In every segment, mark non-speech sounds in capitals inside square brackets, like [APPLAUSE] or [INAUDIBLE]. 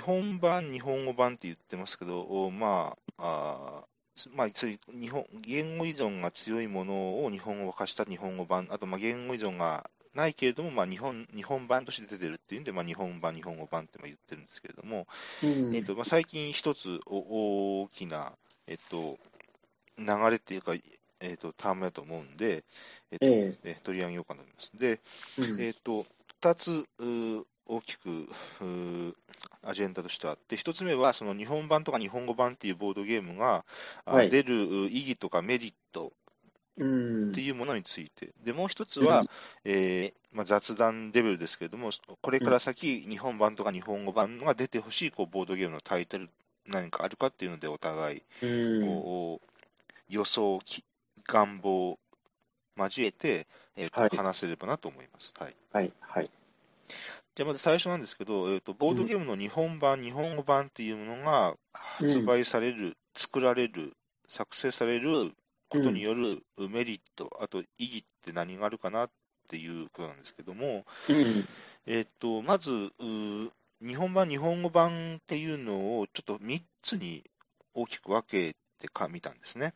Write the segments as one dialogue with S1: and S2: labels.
S1: 本版、日本語版って言ってますけど、まあ、あーまあ、そういう日本言語依存が強いものを日本語化した日本語版、あとまあ言語依存がないけれども、まあ、日本日本版として出てるっていうんで、まあ、日本版、日本語版ってまあ言ってるんですけれども、
S2: うん
S1: えっとまあ、最近一つお大きな、えっと、流れっていうか、えっと、タームだと思うんで、えっと
S2: え
S1: え取り上げようかなと思います。で、
S2: えうん
S1: えっと2つうー大きくうーアジェンダとしてあって、1つ目はその日本版とか日本語版っていうボードゲームが、あ
S2: はい
S1: 出るう意義とかメリット
S2: うん
S1: っていうものについて、でもう1つは、
S2: うん
S1: えーまあ、雑談レベルですけれども、これから先、日本版とか日本語版が出てほしいこうボードゲームのタイトル、何かあるかっていうので、お互い
S2: うん
S1: こう、予想、き願望交えて、えーと
S2: はい
S1: 話せればなと思います。はい
S2: はい、はい。
S1: じゃあまず最初なんですけど、えー、とボードゲームの日本版、日本語版っていうものが発売される、作られる、作成されることによるメリット、あと意義って何があるかなっていうことなんですけども、
S2: うん
S1: えー、とまずうー日本版、日本語版っていうのをちょっと3つに大きく分けてか見たんですね。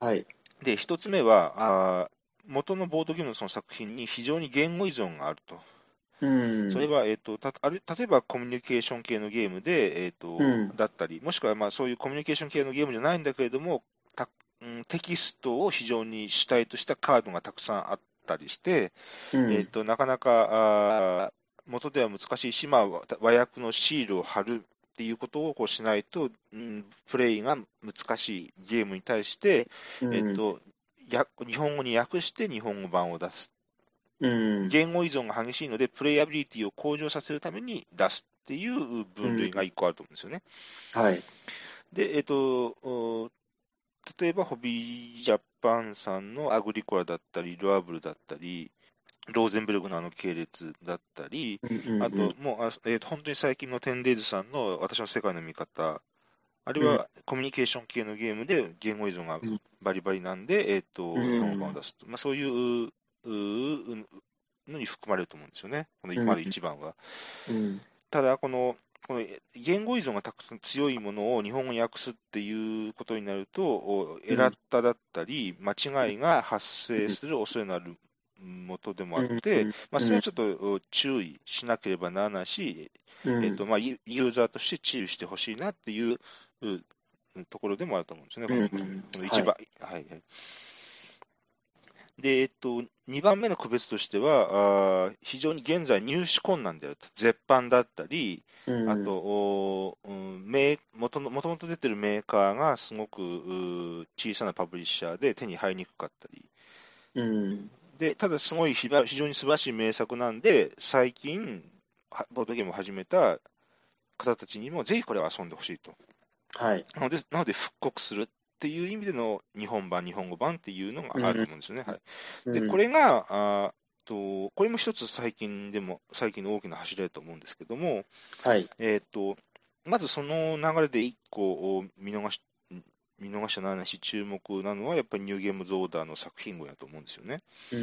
S2: はい。
S1: で、一つ目は、あー元のボードゲームのその作品に非常に言語依存があると。
S2: うん
S1: それは、えっとたある例えばコミュニケーション系のゲームで、えっと
S2: うん
S1: だったり、もしくはまあそういうコミュニケーション系のゲームじゃないんだけれども、たうんテキストを非常に主体としたカードがたくさんあったりして、
S2: うん
S1: えっとなかなかあー元では難しいし、まあ、和和訳のシールを貼るっていうことをこうしないと、うん、プレイが難しいゲームに対して、えっ、と、や日本語に訳して日本語版を出す。
S2: うん
S1: 言語依存が激しいので、プレイアビリティを向上させるために出すっていう分類が1個あると思うんですよね。
S2: はい。
S1: で、えっと、お例えばホビージャパンさんのアグリコラだったり、ルアブルだったり、ローゼンブルグのあの系列だったり、あと、もう、あえーと本当に最近のテンデイズさんの私の世界の見方、あれはコミュニケーション系のゲームで言語依存が
S2: うん
S1: バリバリなんで、えっ、と、
S2: うん
S1: 日本版を出すと。まあ、そういうううのに含まれると思うんですよね、この101番は。
S2: うん、
S1: ただこの、この言語依存がたくさん強いものを日本語に訳すっていうことになると、お
S2: ん
S1: エラッタだったり、間違いが発生する恐れのある元でもあって、まあ、それはちょっとお注意しなければならないし、
S2: うん、
S1: えっとまあ、ユユーザーとして注意してほしいなっていううところでもあると思うんですね、こ
S2: うんう
S1: の
S2: ん
S1: この一番。はいはいでえっと、2番目の区別としては、あー非常に現在、入手困難であると、絶版だったり、
S2: うん、
S1: あと、おーうんメー元の、もともと出てるメーカーがすごくうー小さなパブリッシャーで手に入りにくかったり、
S2: うん、
S1: で、ただすごいひば非常に素晴らしい名作なんで、最近、はボードゲームを始めた方たちにも、ぜひこれを遊んでほしいと。
S2: はい。
S1: なので、なので復刻するっていう意味での日本版、日本語版っていうのがあると思うんですよね。はい、で、こ
S2: れ、
S1: れが、あーとこれも一つ最近でも、最近の大きな柱だと思うんですけども、
S2: はい。
S1: えー、とまずその流れで一個見逃し見逃したならないし、注目なのは、やっぱりニューゲームズオーダーの作品群だと思うんですよね。
S2: う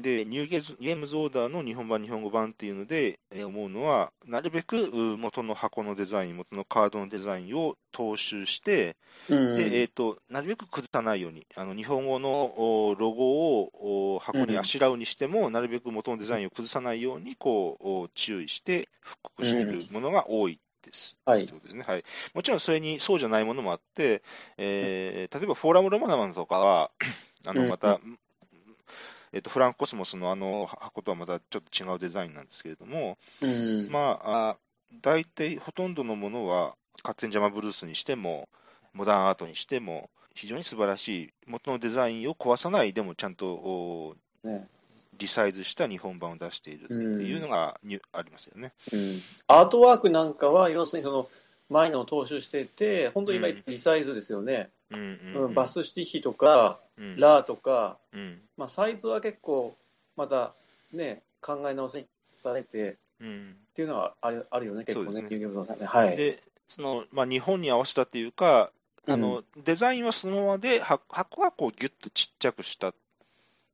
S2: ん、
S1: で、ニューゲーズゲームズオーダーの日本版、日本語版っていうので、えー思うのは、なるべくうー元の箱のデザイン、元のカードのデザインを踏襲して、
S2: うん、
S1: でえー、となるべく崩さないように、あの日本語のおロゴをお箱にあしらうにしても、なるべく元のデザインを崩さないようにこうお注意して、復刻しているものが多いです。
S2: はい
S1: ってことですねはい、もちろんそれにそうじゃないものもあって、えー例えばフォーラム・ロマナマンとかは、 [CLEARS THROAT] あ
S2: う
S1: の
S2: ん
S1: また、えっとフランク・コスモスのあの箱とはまたちょっと違うデザインなんですけれども、
S2: うん、
S1: まあ、あ大体ほとんどのものは、勝手にジャマブルースにしても、モダンアートにしても、非常に素晴らしい、元のデザインを壊さないでも、ちゃんとお
S2: ね
S1: リサイズした日本版を出しているっていうのがに、ありますよね。
S2: うん、アートワークなんかは、要するにその、前のを踏襲してて、本当に今言ったリサイズですよね。
S1: うんうん
S2: う
S1: うん
S2: ん、バスシティヒとか、
S1: うん
S2: ラーとか、
S1: うん
S2: まあ、サイズは結構、またね、考え直せされてっ
S1: うん
S2: ていうのはあるあるよね、結構
S1: そうで
S2: ね、
S1: すね
S2: ニューゲームズさんね。はい。
S1: でそのまあ、日本に合わせたっていうか、あのデザインはそのままで、は箱はこうギュッとちっちゃくしたっ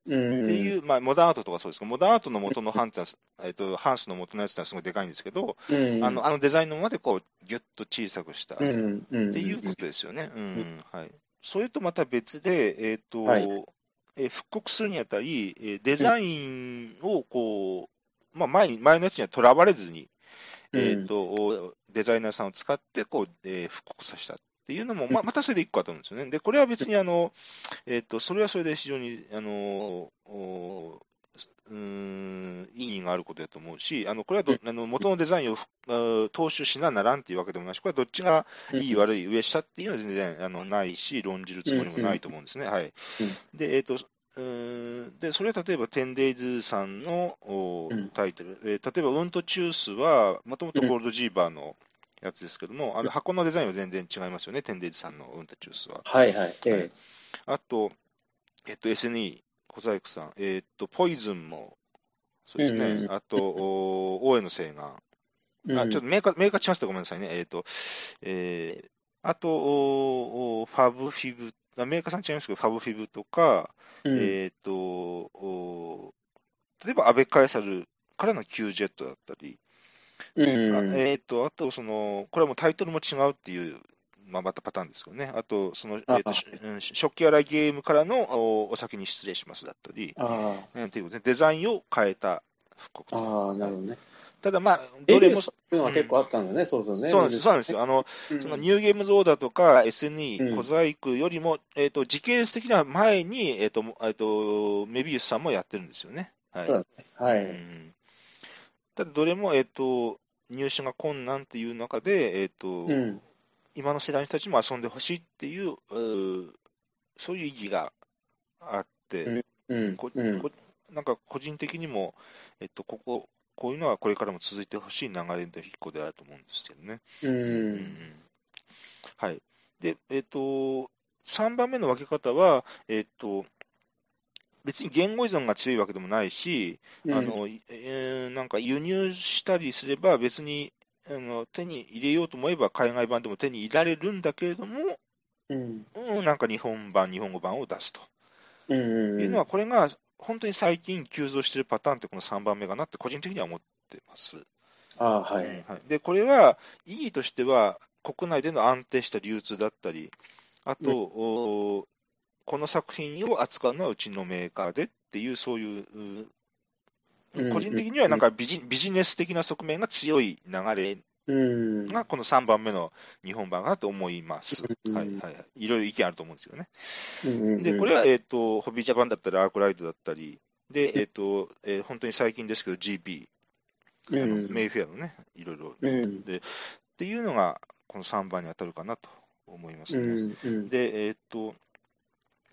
S2: うん。
S1: っていう、まあ、モダンアートとかそうですけど、モダンアートの元のハンター、えっと、ハンス [LAUGHS] の元のやつってのはすごいでかいんですけど、
S2: うん、
S1: あの、あのデザインのままでこう、ぎゅっと小さくしたっ
S2: う
S1: て
S2: ん、うん。
S1: いうことですよね。うん、はい。それとまた別で、えっと
S2: はい、
S1: えー復刻するにあたり、えーデザインをこう、まあ、前に、前のやつにはとらわれずに、
S2: うん
S1: えっと、デザイナーさんを使って、こう、えー復刻させたっていうのも、まあ、またそれで一個あったんですよね。で、これは別に、あの、えっと、それはそれで非常に、あの、おうーん、意義があることだと思うし、あの、これはど、あの、元のデザインをふあー踏襲しなならんっていうわけでもないし、これはどっちがいい、悪い、上下っていうのは全然、あの、ないし、論じるつもりもないと思うんですね。はい。で、えっと、うーんで、それは例えば、10days さんのお
S2: うん
S1: タイトル、えー例えば、ウントチュースは、もともとゴールドジーバーのやつですけども、あの箱のデザインは全然違いますよね、10days さんのウントチュースは。
S2: はいはい。ええ。
S1: あと、えっと、SNE、小細工さん、えっと、ポイズンも、そうですね、
S2: うんうん
S1: あと、お大江の誓願、あちょっと
S2: と、
S1: メーカー、メーカーチャンスでごめんなさいね。えっ、と、えーあと、おおファブフィブ、あメーカーさん違いますけど、ファブフィブとか、
S2: うん
S1: えっ、と、お例えば、安倍カエサルからの Q ジェットだったり、
S2: うん
S1: あえっ、と、あと、その、これはもうタイトルも違うっていう、まあ、またパターンですよね。あと、その、えーと
S2: あ
S1: しうん食器洗いゲームからのおお先に失礼しますだったり、
S2: あ
S1: うん、っていうことで、デザインを変えた復刻
S2: あ、
S1: と。
S2: ああ、なるほどね。
S1: ただ、まあ、
S2: デ
S1: ど
S2: ビ
S1: れ
S2: ュ
S1: も
S2: ーす、るのは結構あったんだね、そうそうね。
S1: そうなんです、そうなんですよ。あの、
S2: うん。
S1: そのニューゲームズオーダーとか SNE、
S2: うん
S1: 小細工よりも、えー、と時系列的な前に、えーともえー、とメビウスさんもやってるんですよね。はい
S2: そうは
S1: う
S2: い。
S1: んただ、どれも、えー、と入手が困難っていう中で、えーと
S2: うん。
S1: 今の世代の人たちも遊んでほしいっていううーそういう意義があって、
S2: うん。
S1: こ
S2: うん。
S1: こなんか個人的にも、えー、とこここういうのはこれからも続いてほしい流れの一個であると思うんですけどね。
S2: う
S1: うんうんん。はい。で、えっ、と、3番目の分け方は、えっ、と、別に言語依存が強いわけでもないし、
S2: うん
S1: あ、の、いえーなんか輸入したりすれば別に、あの手に入れようと思えば海外版でも手に入れられるんだけれども、
S2: うん。
S1: うん、なんか日本版、日本語版を出すと、
S2: うん。
S1: いうのは、これが本当に最近急増しているパターンってこの3番目かなって個人的には思ってます。
S2: ああ、は
S1: うん
S2: い。
S1: はい、でこれは意義としては、国内での安定した流通だったり、あと、
S2: うん
S1: おこの作品を扱うのはうちのメーカーでっていう、そういう、う
S2: うん
S1: 個人的にはなんかビジビジネス的な側面が強い流れ
S2: うん。
S1: が、この3番目の日本版かなと思います。
S2: うん
S1: はいはいはい、いろいろ意見あると思うんですよね。
S2: で
S1: で、これは、えっとホビージャパンだったり、アークライトだったり、でえっとえー本当に最近ですけど、GP、あの
S2: うん
S1: メイフェアのね、いろいろ
S2: うん
S1: っていうのが、この3番に当たるかなと思います
S2: う
S1: ね。
S2: んうん
S1: で、えーっと、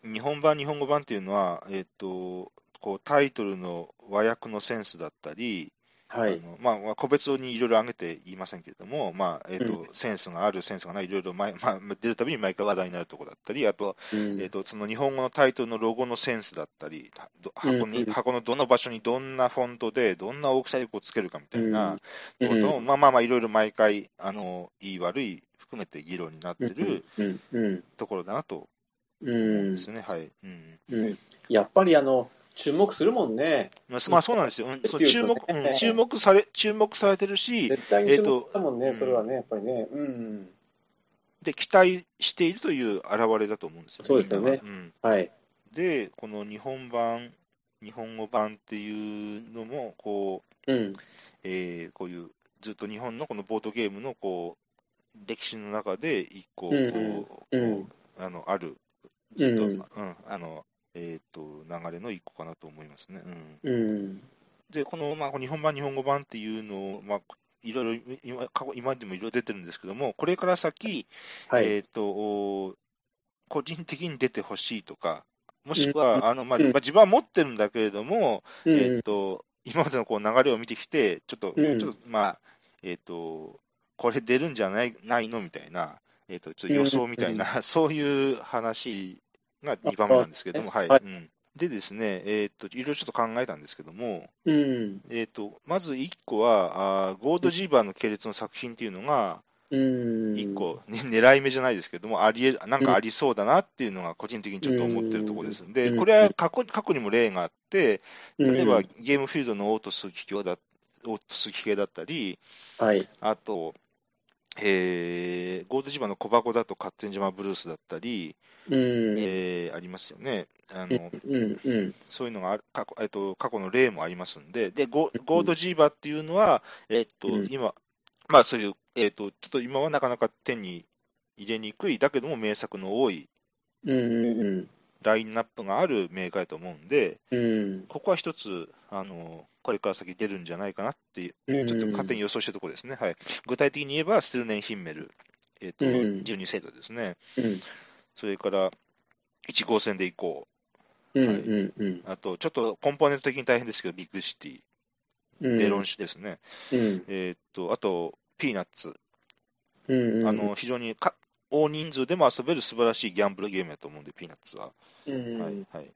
S1: 日本版、日本語版っていうのは、えーっと、こうタイトルの和訳のセンスだったり、
S2: は
S1: あ
S2: い。
S1: のまあまあ、個別にいろいろ挙げて言いませんけれども、まあえーっとセンスがある、センスがない、いろいろ毎、 [LAUGHS] まあ、出るたびに毎回話題になるところだったり、あと,、
S2: うん
S1: えーっと、その日本語のタイトルのロゴのセンスだったり、ど箱に
S2: うん
S1: 箱のどの場所にどんなフォントで、どんな大きさでこうつけるかみたいな、
S2: うん
S1: ことをまあまあまあいろいろ毎回あのいい悪い含めて議論になってる
S2: うんうん
S1: ところだなと
S2: う
S1: 思うん
S2: ん
S1: ですよね、はい、うん
S2: うんやっぱりあの注目するもんね、
S1: まあ、まあそうなんですよ、うんそう注目
S2: うん
S1: うん注目され注目されてるし
S2: 絶対に注
S1: えー
S2: 目
S1: と
S2: だもんね、
S1: うん
S2: それはね、やっぱりね、うん、
S1: で期待しているという表れだと思うんですよね。
S2: そうですよね
S1: みんながうん
S2: はい、
S1: でこの日本版日本語版っていうのもこう、
S2: うん、
S1: えーこういうずっと日本のこのボードゲームのこう歴史の中で一個こう、
S2: うんうん
S1: あのあるず
S2: う
S1: っと、うんん、あの、えっ、と、流れの一個かなと思いますね。うん、
S2: うん、
S1: で、この、まあ、日本版、日本語版っていうのを、まあ、いろいろ今、過去今でもいろいろ出てるんですけども、これから先、
S2: はい、
S1: えっ、と、お個人的に出てほしいとか、もしくは、あの、まあ、まあ自分は持ってるんだけれども、
S2: うん
S1: えっ、と、今までのこう流れを見てきて、ちょっと、
S2: うん
S1: ちょっと、まあ、えっ、と、これ出るんじゃないないのみたいな、えっ、と、ちょっと予想みたいな、 [LAUGHS] そういう話が2番目なんですけども、
S2: あ
S1: はい。
S2: はい
S1: うんでですね、えっ、と、いろいろちょっと考えたんですけども、
S2: うん、
S1: えっ、と、まず1個は、あーゴールドジーバーの系列の作品っていうのが、
S2: うん。
S1: 一個、ね、狙い目じゃないですけども、ありえるなんかありそうだなっていうのが、個人的にちょっと思ってるところです。で、これは過去過去にも例があって、
S2: うん、
S1: 例えばゲームフィールドのオートス機器だオートス機器系だったり、
S2: はい。
S1: あと、えー、ゴールド島の小箱だと、勝手に島ブルースだったり、
S2: うん。
S1: えーありますよね。あの
S2: うん。うん。
S1: そういうのがある過去,、えっと過去の例もありますんで、でゴゴールドジーバーっていうのは、えっと
S2: うん
S1: 今、まあ、そういう、えっと、ちょっと今はなかなか手に入れにくい、だけども名作の多い
S2: うん。
S1: ラインナップがあるメーカーだと思うんで、
S2: うん。
S1: ここは一つ、あのこれから先出るんじゃないかなっていう、
S2: うん。
S1: ちょっと勝手に予想してるところですね、はい、具体的に言えば、ステルネン・ヒンメル、えっと
S2: うん
S1: 12世代ですね、それから1号線で行こ
S2: うん。うん。うん。
S1: う、あとちょっとコンポーネント的に大変ですけど、ビッグシティ。
S2: うん。
S1: デロンシですね、
S2: うん。
S1: えーっとあと、ピーナッツ、
S2: うん。
S1: あ、の非常にか大人数でも遊べる素晴らしいギャンブルゲームだと思うんで、ピーナッツは。
S2: うん。
S1: はいはい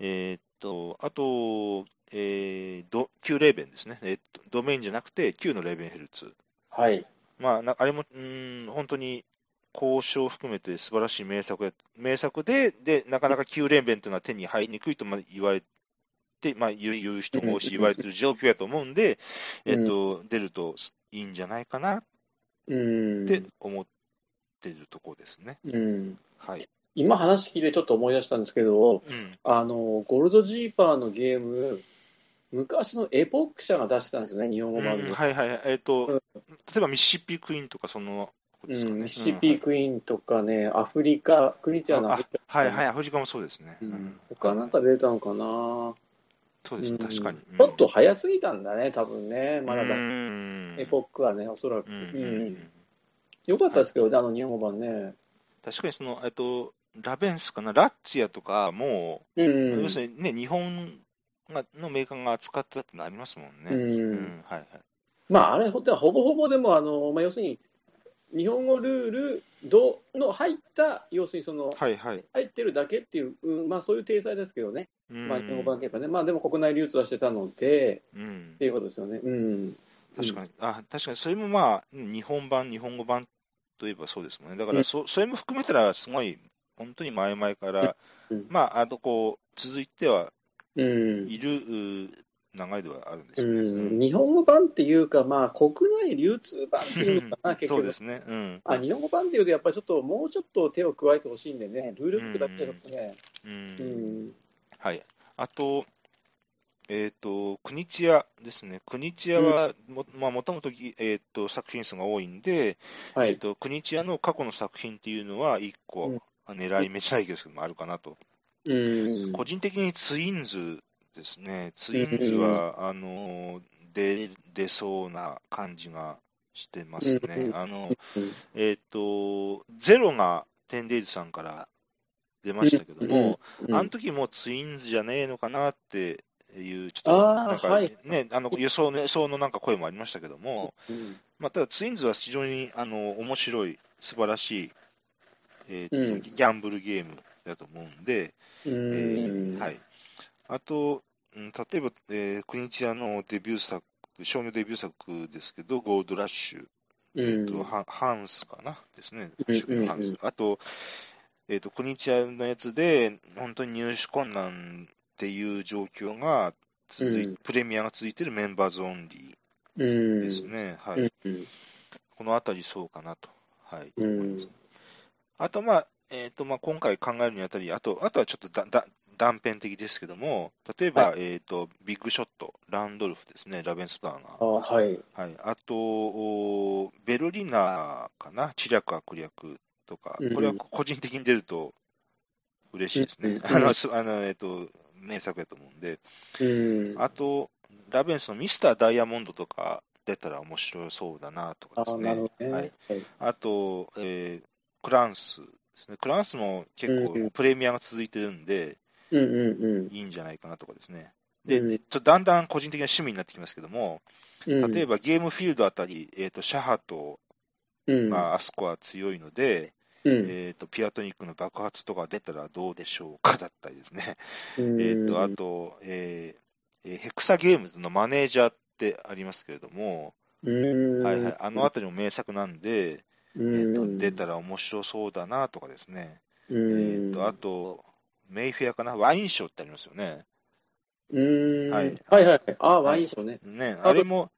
S1: えーっとあと、えード、旧レーベンですね、えーっとドメインじゃなくて、旧のレーベンヘルツ、
S2: はい。
S1: まあ、なあれもうーん本当に交渉含めて素晴らしい名作や名作でで、なかなか旧レーベンというのは手に入りにくいとまあ言われて、まあ、言う言う人も多いし、言われてる状況やと思うんで、えっと出るといいんじゃないかな
S2: うん。
S1: って思ってるところですね。
S2: うん。
S1: はい。
S2: 今話聞いてちょっと思い出したんですけど、
S1: うん。
S2: あの、ゴールドジーパーのゲーム、昔のエポック社が出してたんですよね、日本語版
S1: うん
S2: で。
S1: はいはいはい。えっ、と、
S2: うん
S1: 例えばミシシッピクイーンとか、その、ここです
S2: う
S1: か
S2: ん、
S1: ね
S2: ミシシッピクイーンとかね、アフリカ、クリティアのアフリカ、
S1: はいはい、アフリカもそうですね。
S2: う
S1: うんん、
S2: 他なんか出たのかな、
S1: そうです、確かに。
S2: うんちょっと早すぎたんだね、多分ね、
S1: うん、
S2: まだだ、
S1: うん
S2: エポックはね、おそらく。
S1: うん
S2: うん
S1: うん
S2: よかったですけどね、あの日本語版ね。
S1: 確かに、その、えっと、ラベンスかな、ラッツィアとかも、
S2: うん
S1: う
S2: うん
S1: 要するにね、日本がのメーカーが扱ってたってのありますもんね。う
S2: うん
S1: ん、はいはい。
S2: まあ、あれ、ほんとはほぼほぼでも、あのまあ、要するに、日本語ルールどの入った、要するにその、
S1: はいはい。
S2: 入ってるだけっていう、うんまあ、そういう体裁ですけどね、
S1: うん
S2: まあ、日本語版というかね、まあ、でも国内流通はしてたので、
S1: うん
S2: っていうことですよね。うん、
S1: 確かに、あ確かにそれもまあ、うん日本版、日本語版といえばそうですもんね、だからそ,、それも含めたら、すごい、本当に前々から、
S2: うん
S1: まあ、あとこう続いては
S2: うん
S1: いるう流れではあるんですよね。
S2: うん日本語版っていうか、まあ、国内流通版っていうのか
S1: う
S2: な、
S1: ん
S2: [LAUGHS] 結
S1: そう
S2: 局
S1: ですね、うん
S2: あ日本語版っていうと、やっぱりちょっともうちょっと手を加えてほしいんでね、ルールブックだけじゃちょっとね、
S1: う
S2: うんん、
S1: はい、あと、えっ、と、国千谷ですね、国千谷はも、まあ、もともとぎ、えー、と作品数が多いんで、
S2: は
S1: えっ
S2: い、
S1: と、国千谷の過去の作品っていうのは、一個、
S2: うん
S1: 狙い目じゃないですけども、あるかなと。
S2: うん、
S1: 個人的にツインズですね、ツインズは、あの出出そうな感じがしてます
S2: う
S1: ね。
S2: ん
S1: あのえっ、と、ゼロがテンデイズさんから出ましたけども、
S2: うん
S1: あの時もツインズじゃねえのかなっていう、ちょっと
S2: あー
S1: なんか、
S2: はい
S1: ね、あの予想の予想のなんか声もありましたけども、
S2: うん
S1: まあ、ただツインズは非常にあの面白い、素晴らしい、えーと
S2: うん
S1: ギャンブルゲームだと思うんで、えー
S2: うん
S1: はい、あと、うん例えば、えー、国千谷のデビュー作、商業デビュー作ですけど、ゴールドラッシュ、
S2: う
S1: え
S2: ん
S1: ーとハハンスかな、ですね、
S2: うん
S1: 初期のハン
S2: う
S1: ス。
S2: んうん
S1: あと、えーと、国千谷のやつで、本当に入手困難っていう状況が続い、
S2: うん
S1: プレミアが続いてるメンバーズオンリーですね。はい
S2: うん
S1: このあたりそうかなと、はい
S2: うん
S1: 思いますあと、まあえーとまあ、今回考えるにあたり、あとあとはちょっとだだ断片的ですけども、例えば、えー、とビッグショット、ランドルフですね、ラベンスパー
S2: あ
S1: が、
S2: はい、
S1: はい、あとおベルリナーかな、知略悪略とか
S2: うん、
S1: これは個人的に出ると嬉しいですね、
S2: うん
S1: あのすあのえー、と名作やと思うんで、
S2: うん、
S1: あと、ラベンスのミスターダイヤモンドとか出たら面白そうだなとかです
S2: あなるほどね、
S1: は
S2: はいい、
S1: あと、えークランスですね。クランスも結
S2: うんう
S1: 構
S2: ん
S1: プレミアが続いてるんで、
S2: うんうん
S1: いいんじゃないかなとかですね。で、
S2: うん
S1: えっとだんだん個人的な趣味になってきますけども、
S2: うん、
S1: 例え
S2: ば、
S1: ばゲームフィールドあたり、えっとシャハと、
S2: うん
S1: まあ、あそこは強いので、
S2: うん
S1: えっとピアトニックの爆発とか出たらどうでしょうかだったりですね。
S2: うん
S1: えっとあと、えーえーヘクサゲームズのマネージャーってありますけれども、
S2: うん
S1: はいはい、あの辺りも名作なんで、え
S2: うん
S1: ーと出たら面白そうだなとかですね、え
S2: うん
S1: ーとあと、メイフェアかな、ワインショーってありますよね。
S2: うん
S1: は
S2: はいいはいはいああワインショーね
S1: ね
S2: と
S1: あれも、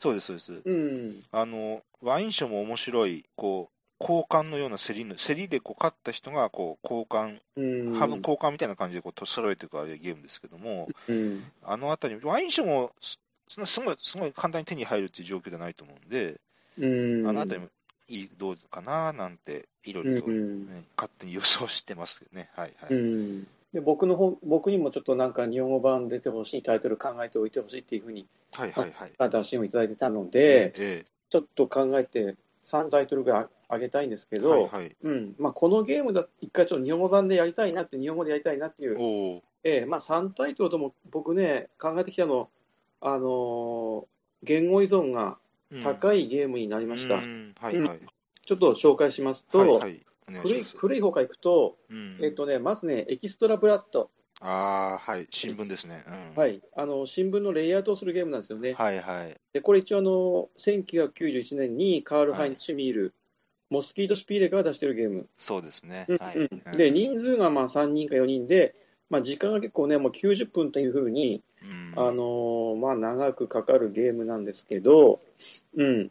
S1: そうです、そうです。
S2: うん
S1: あのワインショーも面白い、こう交換のような競りの、競りでこう勝った人がこう交換、
S2: うん
S1: ハブ交換みたいな感じでこう取っ揃えていくあれゲームですけども、
S2: うん
S1: あの辺り、ワインショーもそそんなすごいすごい簡単に手に入るっていう状況ではないと思うんで、
S2: うん
S1: あの辺りもいいどうかななんて、いろいろと、
S2: う
S1: ね
S2: ん
S1: 勝手に予想してますけどね。はいはい
S2: うんで僕の方僕にもちょっとなんか日本語版出てほしいタイトル考えておいてほしいっていうふうに
S1: はいはいはい。
S2: 打診をいただいてたの
S1: え
S2: で、
S1: え
S2: ちょっと考えて3タイトルぐらいあげたいんですけ
S1: ええ
S2: ど、
S1: はいはい。
S2: うんまあ、このゲームだ一回ちょっと日本語版でやりたいなって日本語でやりたいなっていう、
S1: おお。
S2: ええまあ、3タイトルとも僕ね考えてきたの、あのー言語依存が
S1: い
S2: 高いゲームになりました、
S1: はいはい。
S2: ちょっと紹介しますと、
S1: はいはい。お願い
S2: 古
S1: し
S2: い
S1: ます。
S2: 古い方からいくと,、
S1: うん
S2: えっとね、まずねエキストラブラッド、
S1: ああ、はい。新聞ですね。うん
S2: はい、あの新聞のレイアウトをするゲームなんですよね、
S1: はいはい。
S2: でこれ一応あの1991年にカール・ハインツ・シュミール、モスキート・シュピーレが出してるゲーム、
S1: そうですね。
S2: うん
S1: はい。
S2: うんで人数がまあ3人か4人で、まあ、時間が結構ねもう90分というふうに、
S1: うん
S2: あのーまあ、長くかかるゲームなんですけど、うん、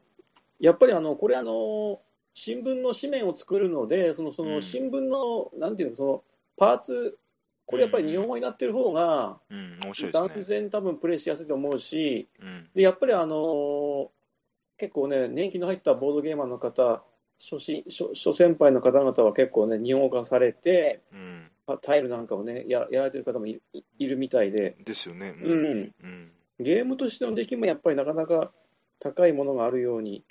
S2: やっぱりあのこれあのー新聞の紙面を作るのでそのそ
S1: うん
S2: の新聞の、なんていうのそのパーツこれやっぱり日本語になってる方が
S1: うん、面白い
S2: 断
S1: ですね。
S2: 然多分プレイしやすいと思うし、
S1: うん
S2: でやっぱりあのー結構ね年季の入ったボードゲーマーの方初心初初先輩の方々は結構ね日本語化されて
S1: うん。
S2: あタイルなんかをねややられてる方もいいいるみたいで、
S1: ですよね。
S2: う
S1: うん。
S2: ん、
S1: うん。
S2: ゲームとしての出来もやっぱりなかなか高いものがあるように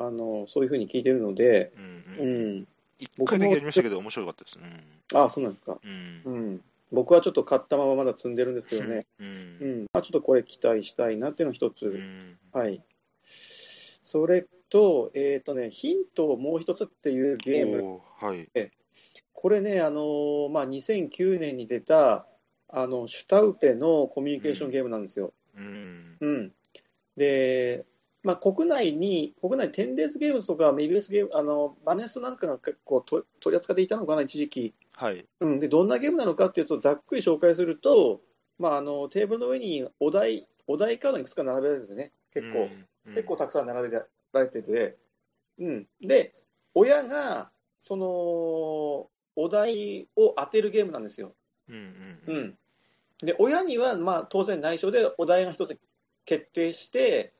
S2: あのそういうふうに聞いてるので、
S1: うん
S2: う
S1: うん。
S2: ん、
S1: 一回だけやりましたけど、面白かったです。う
S2: ああそうなんですか、
S1: ん。
S2: う
S1: うん。
S2: ん、僕はちょっと買ったまままだ積んでるんですけどね、
S1: う。
S2: うんんまあ、ちょっとこれ期待したいなっていうのが一つ。
S1: うん。
S2: はい。それと、えっ、とね、ヒントをもう一つっていうゲーム。
S1: おーはい。
S2: これね、あのーまあ、2009年に出た、あの、シュタウペのコミュニケーションゲームなんですよ。
S1: うん。
S2: うん。で、まあ、国内に、国内テンデースゲームズとか、メビウスゲーム、あの、バネストなんかが結構と取り扱っていたのかな、一時期。
S1: はい。
S2: うん。で、どんなゲームなのかっていうと、ざっくり紹介すると、まあ、あの、テーブルの上にお題、お題カードにいくつか並べられてるんですね。結構。
S1: うん。
S2: 結構たくさん並べられてて、うん、で親がそのお題を当てるゲームなんですよ、
S1: うんうん
S2: う
S1: うん。
S2: ん、で親にはまあ当然内緒でお題が一つ決定して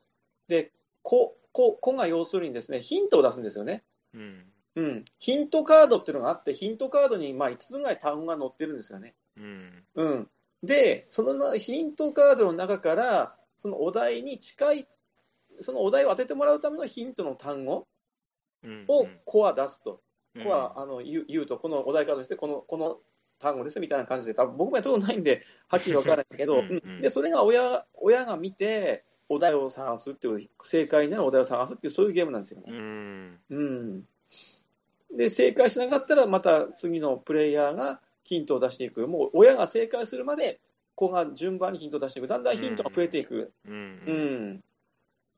S2: で子子子が要するにですねヒントを出すんですよね、
S1: うん。
S2: うん、ヒントカードっていうのがあってヒントカードにまあ5つぐらい単語が載ってるんですよね、
S1: うん。
S2: うん、でそのヒントカードの中からそのお題に近いそのお題を当ててもらうためのヒントの単語
S1: うん
S2: をコア出すと、
S1: うん
S2: コアあの言う言うと、このお題カードですね、このこの単語ですねみたいな感じで、多分僕もやったことないんで、はっきり分からないんですけ
S1: [LAUGHS]
S2: ど、
S1: うん
S2: うんでそれが親親が見て、お題を探すっていう、正解になるお題を探すっていう、そういうゲームなんですよ
S1: う
S2: ね。
S1: ん。
S2: うん、で、正解しなかったら、また次のプレイヤーがヒントを出していく、もう親が正解するまで、子が順番にヒントを出していく、だんだんヒントが増えていく。
S1: うん。う。
S2: うんん、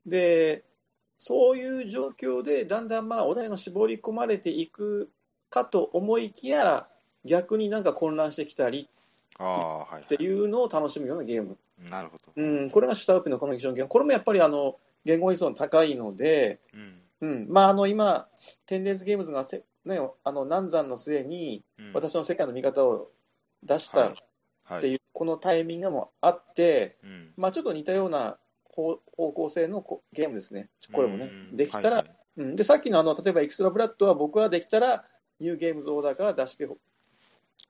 S2: でそういう状況でだんだんまあお題が絞り込まれていくかと思いきや逆になんか混乱してきたり
S1: ああ、はいは
S2: っていうのを楽しむようなゲーム、
S1: い。なるほど。
S2: うん、これがシュタウフのコミュニケーションゲームこれもやっぱりあの言語依存高いので、
S1: うん。
S2: うんまあ、あの今テンデンスゲームズがせ、ね、あの難産の末に
S1: うん。
S2: 私の世界の見方を出したっ
S1: は
S2: て
S1: い。
S2: いうこのタイミングもあって、
S1: うん。
S2: まあ、ちょっと似たような方方向性のこゲームですね、これもね
S1: う。ん
S2: できた
S1: は
S2: ら
S1: い、はい
S2: うんでさっきのあの例えばエクストラブラッドは僕はできたら、ニューゲームズオーダーから出してほ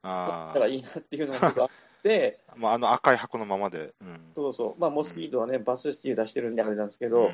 S1: あ
S2: ったらいいなっていうのが一つ
S1: [LAUGHS]
S2: あって、
S1: あ、まあ、あの赤い箱のままで。うん。
S2: そうそう、まあ、モスキートはね、バスシティで出してるんであれなんですけ
S1: け
S2: ど、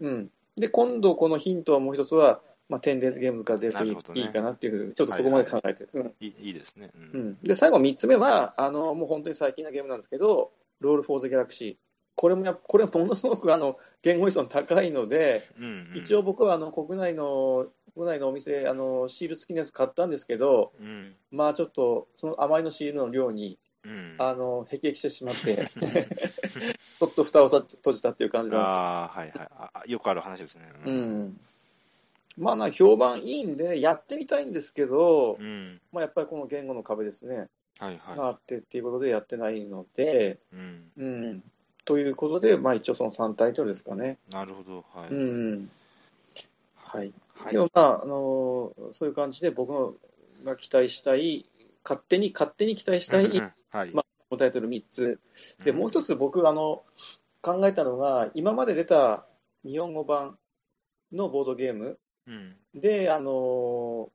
S2: うん、で今度、このヒントはもう一つは、まあ、テンデンスゲームズから出るとい,、
S1: ないるほどね
S2: いいかなっていう、ちょっとそこまで考えてる。うん
S1: いいいいですね。う。
S2: うんん、で最後3つ目はあのもう本当に最近のゲームなんですけど「ロール・フォー・ザ・ギャラクシー」これもやっこれものすごくあの言語依存高いので
S1: うんうん
S2: 一応、僕はあの国内の国内のお店あのシール付きのやつ買ったんですけど
S1: うん。
S2: まあちょっとそのあまりのシールの量に
S1: うん、
S2: あの、辟易してし
S1: [LAUGHS]
S2: まって、ちょっと蓋を閉じ閉じたっていう感じなんです
S1: あーはいはいああ。よくある話ですね。
S2: けど、うん。まあな、評判いいんで、やってみたいんですけど、
S1: うん。うん
S2: まあやっぱりこの言語の壁ですね、
S1: はいはい。
S2: があってっていうことでやってないので、
S1: うん、
S2: うん。ということで、まあ一応その3タイトルですかね。
S1: なるほど。はい。
S2: うんうん。はい。
S1: はい
S2: でもまあ、あのーそういう感じで僕のが期待したい、勝手に、勝手に期待したい
S1: うんうんはい。
S2: まタイトル3つ。で、もう一
S1: つ。
S2: つ僕、あの、考えたのが、今まで出た日本語版のボードゲーム
S1: うん。
S2: で、あのー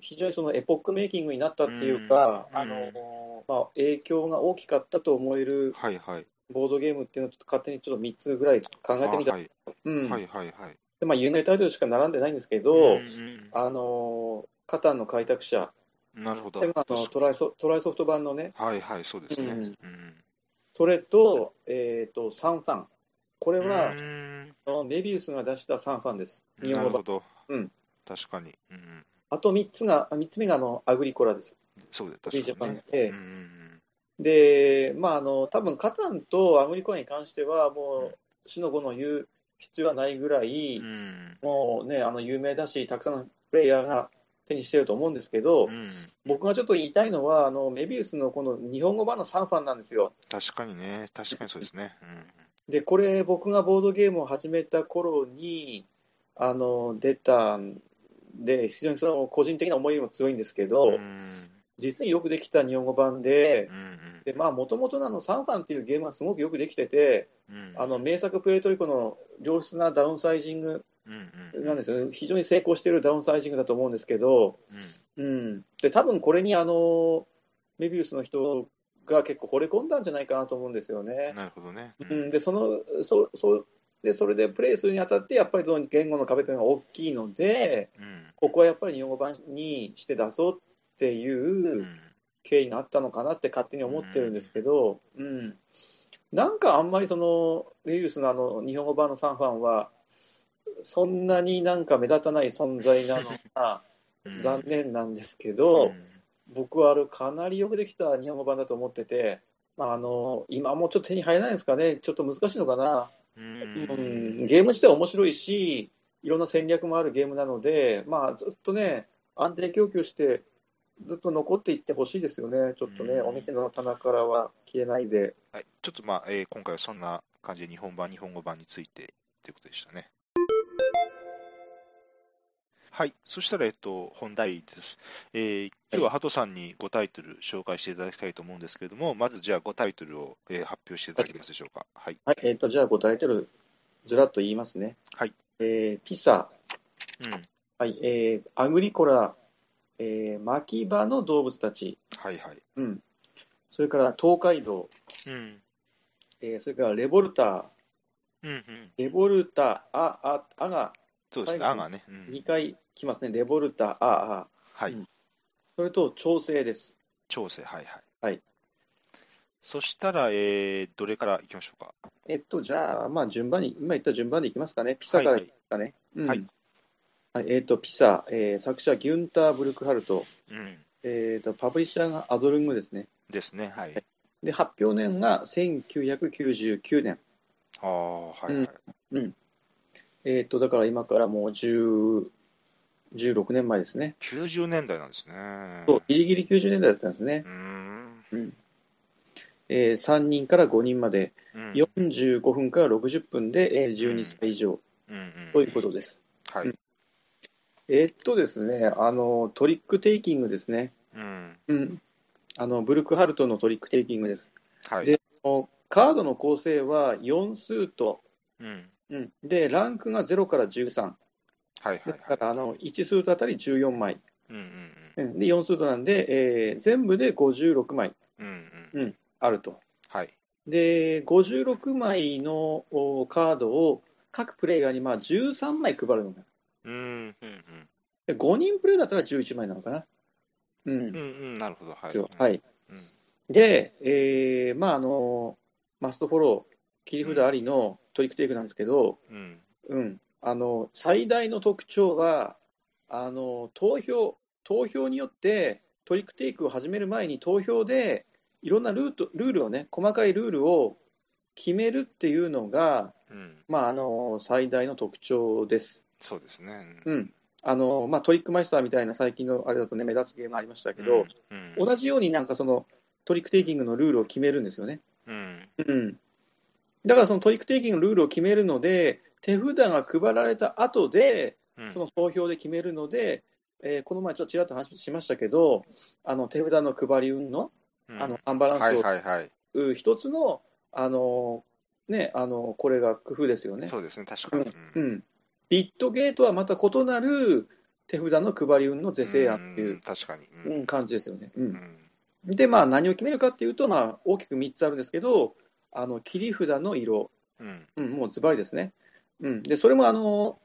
S2: 非常にそのエポックメイキングになったっていうか、
S1: うん
S2: あのーまあ、影響が大きかったと思える
S1: はいはい。
S2: ボードゲームっていうのをちょっと勝手にちょっと3つぐらい考えてみた。
S1: あはい。
S2: うん
S1: はいはいはい。
S2: でまあ、有名タイトルしか並んでないんですけど、
S1: んん
S2: あのーカタンの開拓者、
S1: うんなるほど。
S2: でまああのトライソトライソフト版のね、
S1: はいはい、そうですね。
S2: う
S1: うんん。
S2: それと、えー、とサンファン、これ
S1: う
S2: は、
S1: ーん
S2: あのメビウスが出したサンファンです、日
S1: な
S2: 本
S1: る
S2: 語版
S1: ほ。ど。
S2: うん
S1: 確かに。うん。
S2: あと3つが、3つ目があのアグリコラです、
S1: そうで
S2: トビージ
S1: す。
S2: ャパ
S1: 確か
S2: ン
S1: にね。
S2: で、
S1: うんうん
S2: でまあ、あの多分カタンとアグリコラに関しては、も
S1: うん
S2: う、しのごの言う必要はないぐらい、
S1: うん。うん
S2: もうね、あの有名だし、たくさんのプレイヤーが手にしてると思うんですけど、
S1: うん。
S2: 僕がちょっと言いたいのは、あのメビウスのこの日本語版のサンファンなんですよ。
S1: 確かにね。確かにそうですね。
S2: で、これ、僕がボードゲームを始めた頃に、あの、出たんで、非常にその個人的な思いも強いんですけ
S1: う
S2: ど、
S1: ん。うん。
S2: 実によくできた日本語版で
S1: う、ん
S2: で、まあ、もともとのあのサンファンっていうゲームはすごくよくできてて、
S1: うん。うん
S2: あの、、名作プエルトリコの良質なダウンサイジング
S1: うんうん。
S2: なんですよね。非常に成功しているダウンサイジングだと思うんですけど、
S1: うん
S2: うん。で、多分これにあの、メビウスの人が結構惚れ込んだんじゃないかなと思うんですよね。
S1: なるほどね。
S2: う
S1: うん
S2: ん、でそのそそでそれでプレイするにあたってやっぱりその言語の壁というのが大きいので
S1: うん
S2: ここはやっぱり日本語版にして出そうって
S1: う。
S2: いうん経緯があったのかなって勝手に思ってるんですけど、うん、なんかあんまりそのレビウスのあの日本語版のサンファンはそんなになんか目立たない存在なのが
S1: うん
S2: 残念なんですけ
S1: う
S2: ど、
S1: ん
S2: 僕はあるかなりよくできた日本語版だと思ってて、まあ、あの今もうちょっと手に入らないですかねちょっと難しいのかな、
S1: うん
S2: うん、ゲーム自体面白いしいろんな戦略もあるゲームなので、まあ、ずっとね安定供給してずっと残っていってほしいですよねちょっとね、
S1: うん
S2: お店の棚からは消えないで
S1: はい、ちょっとまあ、えー今回はそんな感じで日本版、日本語版についてということでしたね。はい、そしたら、えっと、本題です。えー今日はハトさんに5タイトル紹介していただきたいと思うんですけれども、まずじゃあ5タイトルを、えー発表していただけますでしょうか。はい。
S2: はい、えー、とじゃあ5タイトルずらっと言いますね、
S1: はい
S2: えーピサ、
S1: うん。
S2: はいえーアグリコラ、えー、牧場の動物たち、
S1: はいはい。
S2: うん、それから東海道
S1: うん。
S2: えーそれからレボルター、
S1: うんうん。
S2: レボルター、あ、あ、あが
S1: そうですね。
S2: 最後
S1: あ
S2: に
S1: がね。うん
S2: 2。回来ますね、レボルター、あ、あ、
S1: は
S2: う
S1: い
S2: ん。それと調整です。
S1: 調整。はいはい。
S2: はい。
S1: そしたら、えーどれからいきましょうか。
S2: えっと、じゃあ、まあ、順番に、今言った順番でいきますかね、ピサからいきますかね。うん
S1: はい
S2: はいえっと、ピサ、えー作者、ギュンター・ブルクハルト、
S1: うん。
S2: えっと、パブリッシャーがアドルングですね。
S1: ですね。はい。
S2: で、発表年が1999年。
S1: ああ、はいはい。
S2: えっと、だから今からもう10 16年前ですね。
S1: 90年代なんですね。
S2: そう、ギリギリ90年代だったんですね。
S1: うーん。
S2: えー3人から5人まで、
S1: うん
S2: 45分から60分でえー12歳以上
S1: うんん
S2: ということです。
S1: はい。
S2: えーっとですね、あのトリックテイキングですね。
S1: うん。
S2: うん。あのブルクハルトのトリックテイキングです。
S1: はい。
S2: でおカードの構成は4数と、
S1: うん。
S2: うん、でランクが0から13。
S1: はいはい
S2: だ
S1: はい。
S2: からあの1数とあたり14枚。
S1: うんうん
S2: うんで4数となんで、えー全部で56枚
S1: うん。うんうん。
S2: あると。
S1: はい。
S2: で56枚のおカードを各プレイヤーにまあ13枚配るのね
S1: うんうん
S2: で5人プレイだったら11枚なのかな。うん
S1: うん。うんうん。なるほど。は
S2: です
S1: い。
S2: よはい、
S1: うん。
S2: で、えーまああの、マストフォロー、切り札ありのトリックテイクなんですけど、
S1: うん。
S2: うん、あの最大の特徴はあの投票、投票によってトリックテイクを始める前に投票でいろんなルートルールをね、細かいルールを決めるっていうのが、
S1: うん、
S2: まあ、あの最大の特徴です。
S1: そうですね。
S2: うんあのまあ、トリックマイスターみたいな最近のあれだとね、目立つゲームありましたけど、
S1: うん、
S2: 同じようになんかそのトリックテイキングのルールを決めるんですよね。
S1: うん、
S2: うん、だからそのトリックテイキングのルールを決めるので、手札が配られた後で、
S1: うん、
S2: その総評で決めるので、えーこの前、ちょっとちらっと話しましたけど、あの手札の配り運の
S1: うん、
S2: あのアンバラン
S1: は
S2: ス
S1: い
S2: を
S1: はいはい、
S2: うん一つの、あのね、あのこれが工夫ですよね。
S1: そうですね、確か
S2: う
S1: に。
S2: んうん、ビットゲートはまた異なる手札の配り運の是正案ってい
S1: ん
S2: う、
S1: 確かに。う
S2: うんん、感じですよね。う、
S1: うんん
S2: で、まあ、何を決めるかっていうと、まあ、大きく3つあるんですけど、あの切り札の色、
S1: うん
S2: うん、もうズバリですね。うん、でそれもあの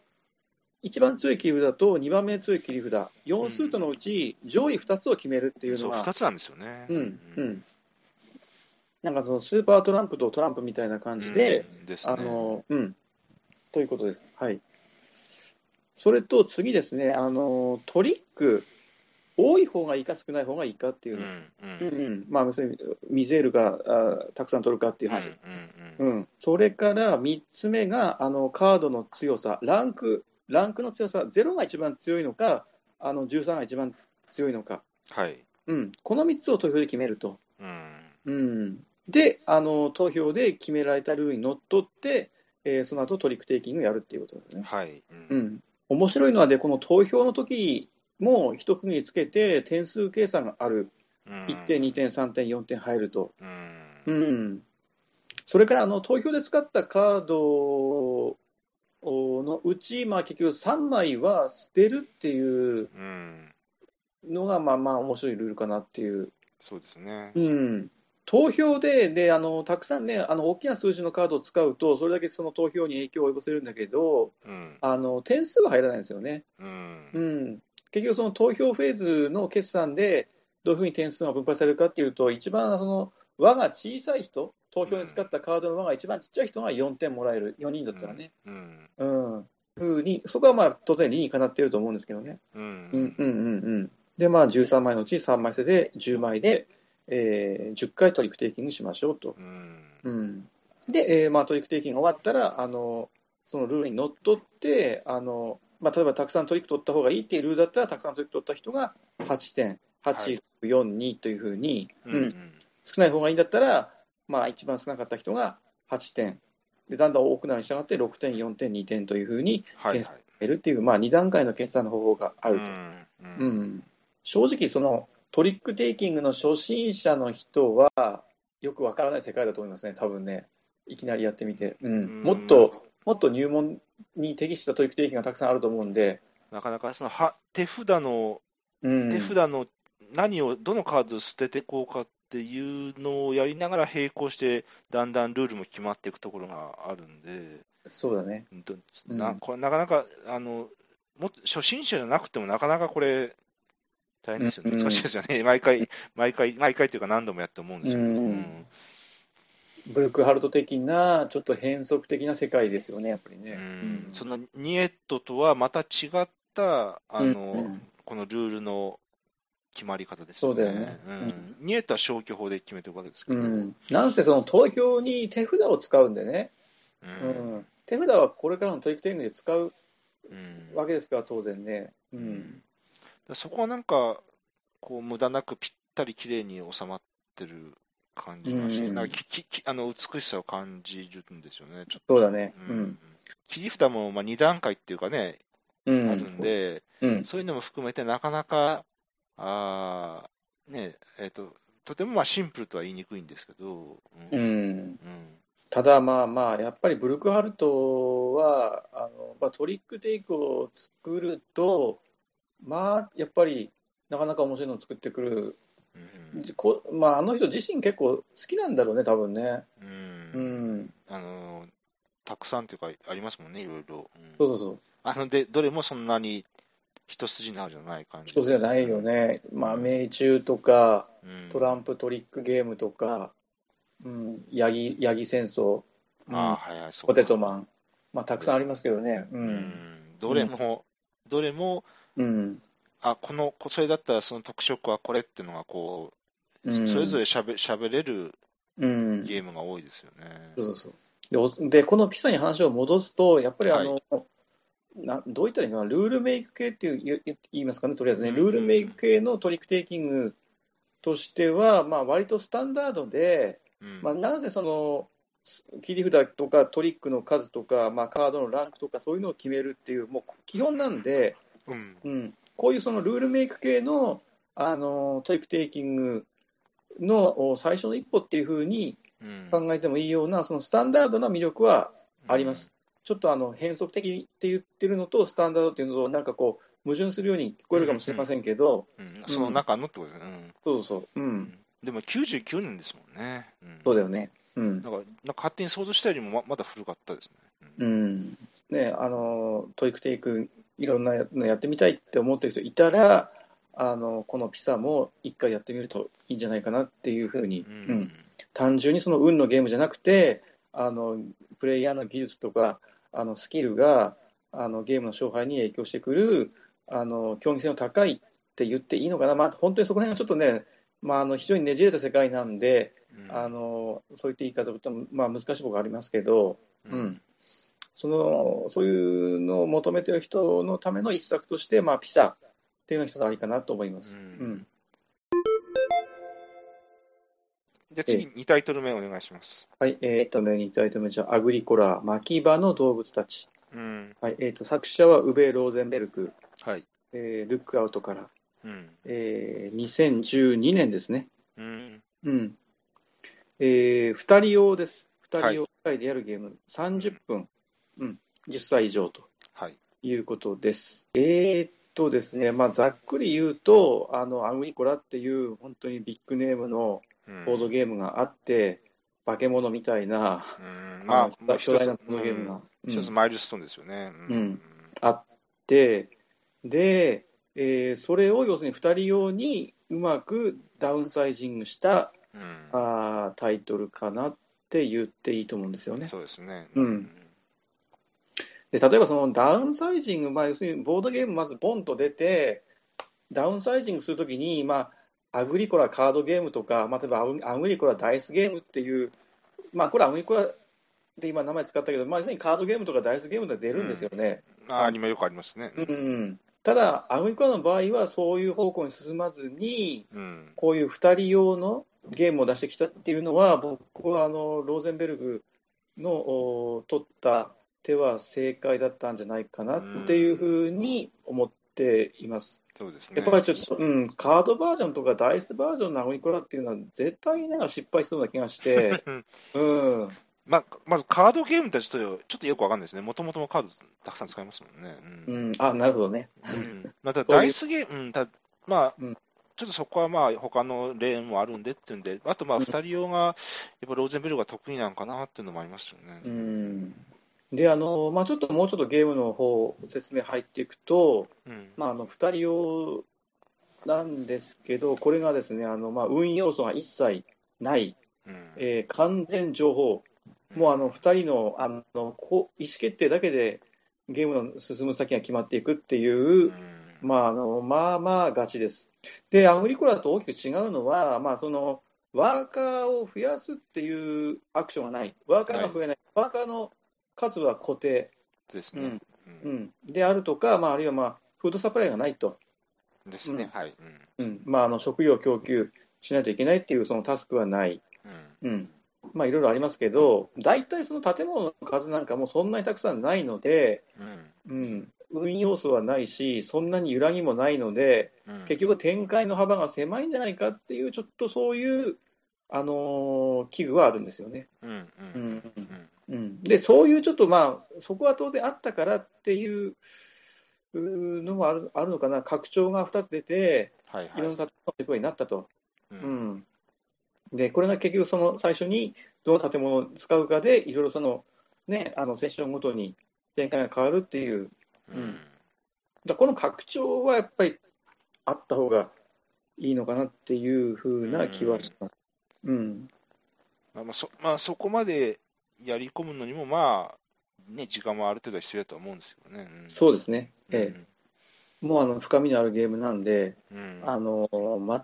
S2: 一番強い切り札と2番目強い切り札、4スートのうち上位2つを決めるっていう
S1: そ
S2: の
S1: う
S2: が、
S1: 2つなんですよね。
S2: うんうん、なんかそのスーパートランプとトランプみたいな感じで、
S1: うんですね
S2: あのうん、ということです。はい、それと次ですねあの、トリック、多い方がいいか少ない方がいいかっていううんの、
S1: うん
S2: うんうんまあ、要するにミゼールがあーたくさん取るかっていう話、
S1: うん
S2: う
S1: うん
S2: ん、それから3つ目があのカードの強さ、ランクランクの強さ、0が一番強いのか、あの13が一番強いのか、
S1: はい。
S2: うん、この3つを投票で決めると。
S1: うん
S2: うん、であの、投票で決められたルールにのっとって、えーその後トリックテイキングをやるっていうことですね。
S1: はい。う
S2: うんん、面白いのはで、この投票の時も一区切りつけて、点数計算がある、
S1: うん
S2: 1点、2点、3点、4点入ると。
S1: うん
S2: う。ん、それからあの投票で使ったカードのうち、まあ、結局3枚は捨てるっていう
S1: うん
S2: のが、まあまあ面白いルールかなっていう、
S1: そうですね。
S2: うん、投票でであのたくさんね、あの大きな数字のカードを使うと、それだけその投票に影響を及ぼせるんだけど、
S1: うん
S2: あの点数は入らないんですよね。
S1: う
S2: うんん、結局、その投票フェーズの決算でどういうふうに点数が分配されるかっていうと、一番その輪が小さい人、投票に使ったカードの輪が一番ちっちゃい人が4点もらえる、4人だったらね、
S1: うん
S2: うんふうにそこはまあ当然、理にかなっていると思うんですけどね、
S1: うん
S2: うんうんうんうん、で、まあ、13枚のうち3枚捨てで10枚で、えー10回トリックテイキングしましょうと。
S1: うん
S2: うん、で、えーまあ、トリックテイキングが終わったらあのそのルールにのっとってあの、まあ、例えばたくさんトリック取った方がいいっていうルールだったらたくさんトリック取った人が8点842というふうに、
S1: う
S2: うんん少ない方がいいんだったら、まあ、一番少なかった人が8点でだんだん多くなるに従って6点4点2点というふうに
S1: はいはい。
S2: 得るっていう、まあ、2段階の決算の方法があ
S1: う
S2: ると。
S1: んう
S2: うんん、正直そのトリックテイキングの初心者の人はよくわからない世界だと思いますね多分ねいきなりやってみて、うん
S1: ん
S2: もっともっと入門に適したトリックテイキングがたくさんあると思うんで、
S1: なかなかそのは手札の
S2: うん、
S1: 手札の何を、どのカードを捨ててこうかっていうのをやりながら並行して、だんだんルールも決まっていくところがあるんで、
S2: そうだね
S1: うんと
S2: うん
S1: なこれなかなかあのもっと初心者じゃなくても、なかなかこれ、大変ですよね、
S2: うん
S1: 難しいですよ [LAUGHS] ね、毎回、毎回、毎回というか、何度もやって思うんですけど、
S2: うん
S1: うん
S2: ブルックハルト的なちょっと変則的な世界ですよねやっぱりね、
S1: うん
S2: うん
S1: そのニエットとはまた違った、あの
S2: うん
S1: このルールの決まり方ですよね。
S2: そうだよね
S1: うん
S2: うん
S1: ニエットは消去法で決めておくわけですけ
S2: う
S1: ど、
S2: ん、なんせその投票に手札を使うんでね、
S1: うん
S2: うん、手札はこれからのトリックテイキングで使う
S1: うん
S2: わけですから当然ね、うん、
S1: だそこはなんか、こう無駄なくぴったり綺麗に収まってる感じがして、
S2: うん
S1: なんかきききあの美しさを感じるんですよね、ちょっ
S2: そうだね
S1: と。うん切り札もまあ2段階っていうかね、
S2: うん、
S1: あるんで、
S2: うん、
S1: そういうのも含めて、なかなか、あーねえっととてもまあシンプルとは言いにくいんですけど、う
S2: うんん、
S1: うん
S2: ただまあまあやっぱりブルクハルトはあの、まあ、トリックテイクを作るとまあやっぱりなかなか面白いのを作ってくる、
S1: うん
S2: こまあ、あの人自身結構好きなんだろうね多分ね
S1: う
S2: うんん
S1: あのたくさんというか、ありますもんね、いろいろ。うん
S2: そうそうそう
S1: あのでどれもそんなに一筋縄じゃない感じ。
S2: 一つじゃないよ。ねまあ命中とか
S1: うん、
S2: トランプトリックゲームとか、うん、ヤギヤギ戦争、うん
S1: ああ、はいはい、そう
S2: ポ
S1: か
S2: テトマンまあたくさんありますけどねう
S1: うんん。どれも、どれも、
S2: うん
S1: あ、この、こそれだったらその特色はこれっていうのがこう、
S2: うん
S1: それぞれしゃべしゃべれる
S2: うん、
S1: ゲームが多いですよね。
S2: そうそうそうでおで、このピサに話を戻すと、やっぱりあの、などういったらいいのかな、ルールメイク系っていう言言言いますかね、とりあえずね、
S1: うん
S2: ルールメイク系のトリックテイキングとしては、まあ割とスタンダードで、
S1: うん
S2: まあ、なぜその切り札とかトリックの数とか、まあ、カードのランクとか、そういうのを決めるっていう、もう基本なんで、
S1: うん
S2: うん、こういうそのルールメイク系の、あのトリックテイキングのお最初の一歩っていうふうに
S1: うん
S2: 考えてもいいような、そのスタンダードな魅力はあります。。ちょっとあの変則的って言ってるのと、スタンダードっていうのと、なんかこう、矛盾するように聞こえるかもしれませんけど、
S1: うんうんその中のってことですね。
S2: そうそう、う、
S1: うんんでも99年ですもんね。うん
S2: そうだよね。うん
S1: なんかなんか勝手に想像したよりもままだ古かったですね。うん
S2: うんね、あのトイクテイクいろんなのやってみたいって思ってる人いたらあのこのピサも一回やってみるといいんじゃないかなっていうふうに、
S1: うん
S2: うん単純にその運のゲームじゃなくてあのプレイヤーの技術とかあのスキルがあのゲームの勝敗に影響してくるあの競技性の高いって言っていいのかな、まあ、本当にそこら辺はちょっとね、まあ、あの非常にねじれた世界なんで
S1: うん
S2: あのそういった言い方と、まあ、難しい僕はありますけど。
S1: う
S2: うんんそのそういうのを求めてる人のための一策として、まあ、ピサっていうのが一つありかなと思います。
S1: う
S2: うんん
S1: じゃあ次、2タイトル目お願いします。
S2: はい、えーっとね、2体と目じゃアグリコラ、牧場の動物たち。
S1: うん。
S2: はい、えーっと、作者はウベ・ローゼンベルク、
S1: はい。
S2: えールックアウトから、
S1: うん。
S2: えー2012年ですね。
S1: うん。
S2: うん。えー、2人用です。2
S1: は
S2: 人
S1: い
S2: 用、2人でやるゲーム、30分、うん、10歳以上と。
S1: はい。
S2: いうことです。えーっとですね、まあ、ざっくり言うと、あのアグリコラっていう本当にビッグネームの
S1: うん
S2: ボードゲームがあって、化け物みたいな、
S1: うん。
S2: ま
S1: ま
S2: あ
S1: あ、
S2: の、巨大なボードゲーム
S1: う
S2: が
S1: ん、
S2: うん
S1: 一つマイルストーンですよね。う
S2: うんあって、で、えーそれを要するに2人用にうまくダウンサイジングした
S1: うん
S2: あータイトルかなって言っていいと思うんですよね。
S1: そうですね。
S2: うんで例えばそのダウンサイジング、まあ、要するにボードゲームまずボンと出てダウンサイジングするときに、まあ、アグリコラカードゲームとか、まあ、例えばアグアグリコラダイスゲームっていう、まあ、これアグリコラで今名前使ったけど、まあ、要するにカードゲームとかダイスゲームで出るんですよね、
S1: ああ、今よくありますね。
S2: うんただアグリコラの場合はそういう方向に進まずに
S1: うん。
S2: こういう2人用のゲームを出してきたっていうのは僕はあのローゼンベルグのお取った手は正解だったんじゃないかなっていうふうに思っています。
S1: そうですね。
S2: やっぱりちょっと、うん、カードバージョンとかダイスバージョンのアゴニコラっていうのは絶対ながら失敗しそうな気が
S1: [LAUGHS]
S2: して、うん、
S1: まあ、まずカードゲームってちょっとちょっとよくわかんないですね。もともとのカードたくさん使いますもんね。う
S2: うんん、あ、なるほどね。
S1: うんまた
S2: そういう
S1: ダイスゲーム、うんたまあ、
S2: うん
S1: ちょっとそこはまあ他の例もあるんでっていうんで、あとまあ
S2: うん
S1: 2人用が、やっぱローゼンベルが得意なんかなっていうのもありますよね。
S2: うん。で、あの、まあちょっともうちょっとゲームの方説明入っていくと、
S1: うん
S2: まあ、あの2人用なんですけど、これがですねあの、まあ、運要素が一切ない、
S1: うん
S2: えー完全情報、もうあの2人のあのこう意思決定だけでゲームの進む先が決まっていくっていうう、
S1: ん
S2: まあ、あのまあまあ勝ちです。で、アグリコラと大きく違うのは、まあ、そのワーカーを増やすっていうアクションがない、ワーカーが増えない、ワーカーの数は固定、
S1: ですね。
S2: う
S1: うん
S2: ん、であるとか、まあ、あるいは、まあ、フードサプライがないと。
S1: ですね。はい。
S2: うんまあ、あの食料を供給しないといけないっていうそのタスクはない、
S1: うん
S2: うんまあ、いろいろありますけど、大体その建物の数なんかもそんなにたくさんないので、
S1: うん
S2: うん、運用素はないし、そんなに揺らぎもないので、
S1: うん
S2: 結局、展開の幅が狭いんじゃないかっていう、ちょっとそういう、あのー危惧はあるんですよね。
S1: うんうんう
S2: うんん
S1: うん
S2: うん、で、そういうちょっと、まあ、そこは当然あったからっていううーのもあるあるのかな、拡張が2つ出て、
S1: はいはい
S2: いろんな建物の声になったと。
S1: う
S2: うんん、でこれが結局その最初にどの建物を使うかでいろいろその、ね、あのセッションごとに展開が変わるっていう
S1: うん
S2: うんだからこの拡張はやっぱりあった方がいいのかなっていうふうな気はします。うん
S1: まあまあそまあそこまでやり込むのにもまあね時間もある程度は必要だとは思うんですよね。うん
S2: そうですね、
S1: う
S2: え
S1: ん
S2: えもうあの深みのあるゲームなんで、
S1: うん
S2: あの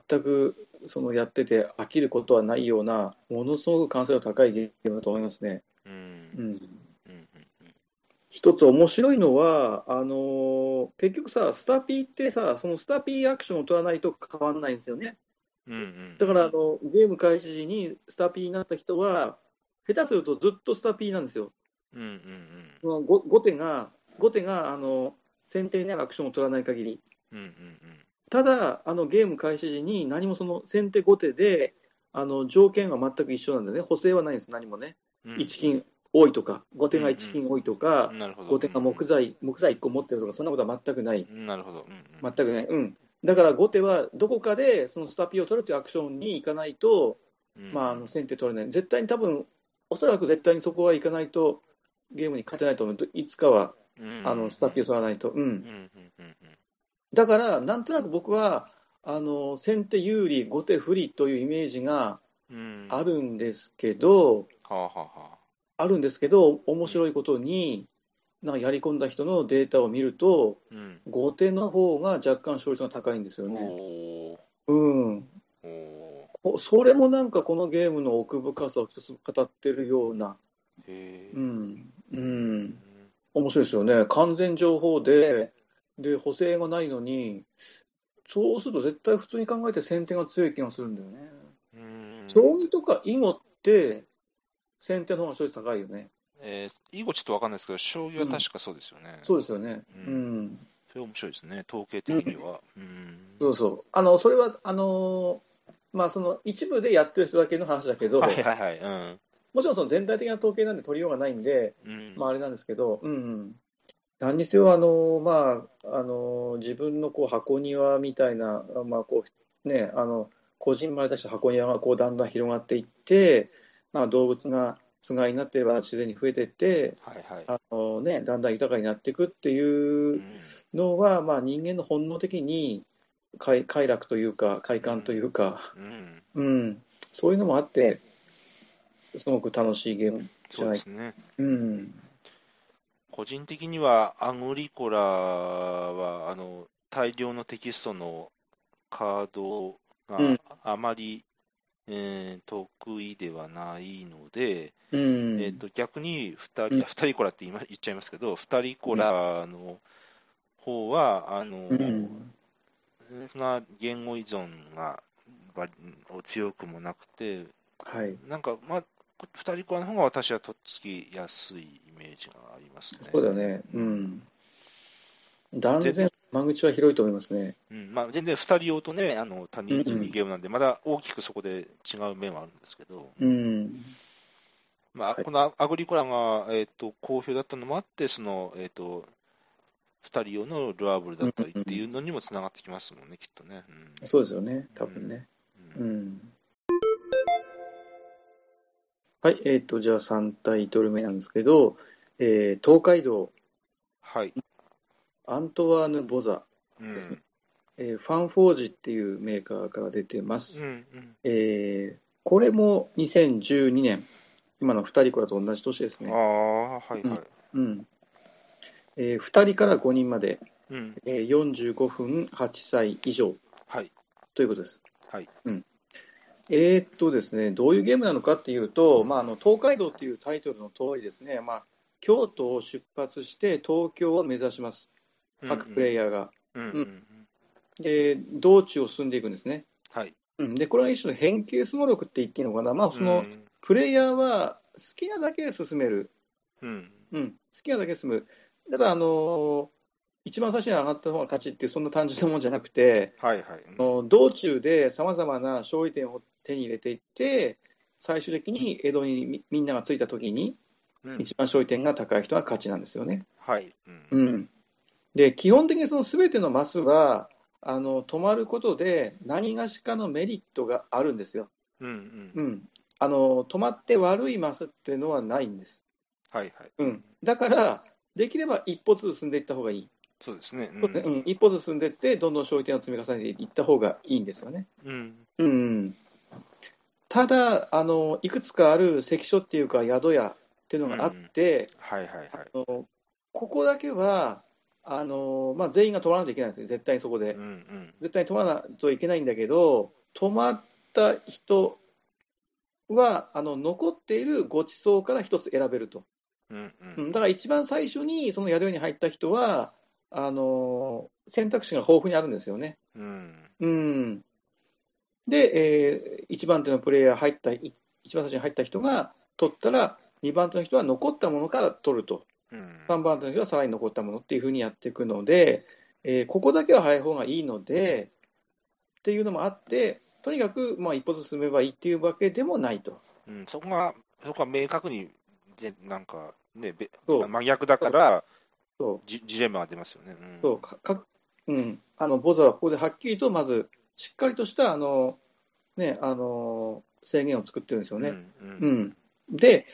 S2: 全くそのやってて飽きることはないような、ものすごく完成度高いゲームだと思いますね。
S1: うん
S2: う
S1: うんう
S2: ん、
S1: んうん
S2: 一つ面白いのは、あの結局さ、スタピーってさ、そのスタピーアクションを取らないと変わらないんですよね。
S1: うんうん
S2: だからあのゲーム開始時にスタピーになった人は、下手するとずっとスタピーなんですよ。
S1: うんうん
S2: そのご後手が、後手があの先手にあるアクションを取らない限り。
S1: うんうんうん
S2: ただ、あのゲーム開始時に何もその先手後手で、あの条件は全く一緒なんだよね、補正はないんです、何もね。
S1: うんうん
S2: 1金多いとか、後手が1金多いとか、
S1: なるほど
S2: 後手が木材、木材1個持ってるとか、そんなことは全くない。
S1: うんなるほどうんうん
S2: 全くない。うん。だから後手はどこかでそのスタピーを取るというアクションに行かないと、
S1: うん
S2: まあ、あの先手取れない。絶対に多分、おそらく絶対にそこは行かないと、ゲームに勝てないと思う。どいつかは、
S1: うん
S2: あの、スタピーを取らないと。うん
S1: うんうんうんうん
S2: だから、なんとなく僕は、あの先手有利、後手不利というイメージが
S1: うん
S2: あるんですけど、
S1: はあはあは
S2: あるんですけど、面白いことに、なんかやり込んだ人のデータを見ると、
S1: あうん
S2: 後手の方が若干勝率が高いんですよね。
S1: おー
S2: うん、
S1: お
S2: こそれもなんかこのゲームの奥深さを一つ語ってるような、
S1: ーへ
S2: う
S1: ー
S2: ん、う、
S1: うんん
S2: 面白いですよね。完全情報で、で、補正がないのに、そうすると絶対普通に考えて先手が強い気がするんだよね。
S1: うん
S2: 将棋とか囲碁って、先手の方が勝率高いよね。
S1: えー、囲碁ちょっとわかんないですけど、将棋は確かそうですよね。
S2: そうですよね。
S1: うん
S2: うん
S1: それ面白いですね、統計的には。うん。
S2: そうそう。あの、それは、あのーまあ、その一部でやってる人だけの話だけど、
S1: はいはいはい。うん
S2: もちろんその全体的な統計なんで取りようがないんで、
S1: うん。
S2: まあ、あれなんですけど、うんうん。何にせよ、あのーまあ、あのー自分のこう箱庭みたいな、まあ、こう、ね、あの、個人まれたした箱庭がこうだんだん広がっていって、まあ、動物がつがいになってれば自然に増えていって、
S1: はいはい。
S2: あのーね、だんだん豊かになっていくっていううんのは、まあ、人間の本能的に快快楽というか快感というか、
S1: うん。
S2: うん、そういうのもあってすごく楽しいゲームじゃ
S1: そう
S2: な
S1: で
S2: い
S1: すね。
S2: うん
S1: 個人的には、アグリコラは、あの、大量のテキストのカード
S2: うん
S1: があまり、えー得意ではないので、
S2: うん
S1: えっと逆に2
S2: うん
S1: 人、二人コラって今言っちゃいますけど、2人コラの方は、あの、
S2: うん
S1: そんな言語依存がばを強くもなくて、
S2: はい
S1: なんか、まあ、二人子の方が私はとっつきやすいイメージがありますね。
S2: そうだよねうん断然間口は広いと思いますね
S1: うんまあ、全然二人用とね、あの他人用というゲームなんで、まだ大きくそこで違う面はあるんですけど、
S2: うん
S1: まあ、
S2: はい
S1: このアグリコラが、えっと好評だったのもあって、その、えっと二人用のルアーブルだったりっていうのにもつながってきますもんね、きっとね。
S2: そうですよね多分ね
S1: うん
S2: うんはいえっ、とじゃあ3タイトル目なんですけど、えー東海道
S1: はい、
S2: アントワーヌ・ボザ
S1: うん
S2: ですねえーファンフォージっていうメーカーから出てます、
S1: うんうん
S2: えーこれも2012年今の2人からと同じ年です
S1: あ
S2: ね、
S1: あ、はいはい。
S2: うんえ2人から5人まで、
S1: うん、
S2: えー45分8歳以上
S1: はい、
S2: ということです
S1: はい。
S2: えーっとですねどういうゲームなのかっていうと、まあ、あの東海道っていうタイトルの通りですね、まあ、京都を出発して東京を目指します各プレイ
S1: ヤ
S2: ヤーが、
S1: ー。うんうんうん
S2: で道中を進んでいくんですね
S1: はい。
S2: うん、でこれは一種の変形スゴ力って言っていいのかな、まあ、その
S1: うん
S2: プレイヤーは好きなだけ進める、
S1: うん。
S2: うん、好きなだけ進む、ただ、あのー一番最初に上がった方が勝ちっていう、そんな単純なもんじゃなくて、
S1: はいはい。
S2: あの道中でさまざまな勝利点を手に入れていって、最終的に江戸にみみんなが着いたときに、
S1: うん
S2: 一番勝利点が高い人が勝ちなんですよね。
S1: はい。
S2: う
S1: うん
S2: ん、で基本的にその全てのマスはあの止まることで何がしかのメリットがあるんですよ。
S1: うんう。
S2: うんん、あの止まって悪いマスっていうのはないんです、
S1: はいはい。
S2: うん、だからできれば一歩ずつ進んでいった方がいい、
S1: そうですね。う
S2: そうですね
S1: ん
S2: うん、一歩ずつ進んでいってどんどん消費点を積み重ねていった方がいいんですよね、
S1: うん。
S2: うん、ただあのいくつかある関所っていうか宿屋っていうのがあって、
S1: はいはいはい。
S2: あのここだけはあのまあ、全員が取らないといけないんですよ、絶対にそこで。
S1: うんうん
S2: 絶対に取らないといけないんだけど、止まった人は、あの残っているごちそうから一つ選べると、
S1: うんう
S2: うんんだから一番最初にその宿屋に入った人は、あの選択肢が豊富にあるんですよね。
S1: うん
S2: うん、で、えー、1番手のプレイヤー入った、い一番最初に入った人が取ったら、2番手の人は残ったものから取ると、
S1: うん
S2: 3番手の人はさらに残ったものっていうふうにやっていくので、えーここだけは早い方がいいのでっていうのもあって、とにかくまあ一歩ずつ進めばいいっていうわけでもないと。
S1: うんそこが、そこは明確に、ぜなんか、ね、べ
S2: そう
S1: 真逆だから
S2: そ
S1: ジ、ジレンマが出ますよね。うん
S2: うそうかかうん、あのボザはここではっきりとまずしっかりとしたあの、ね、あの制限を作ってるんですよね。
S1: うんうん
S2: うん、で、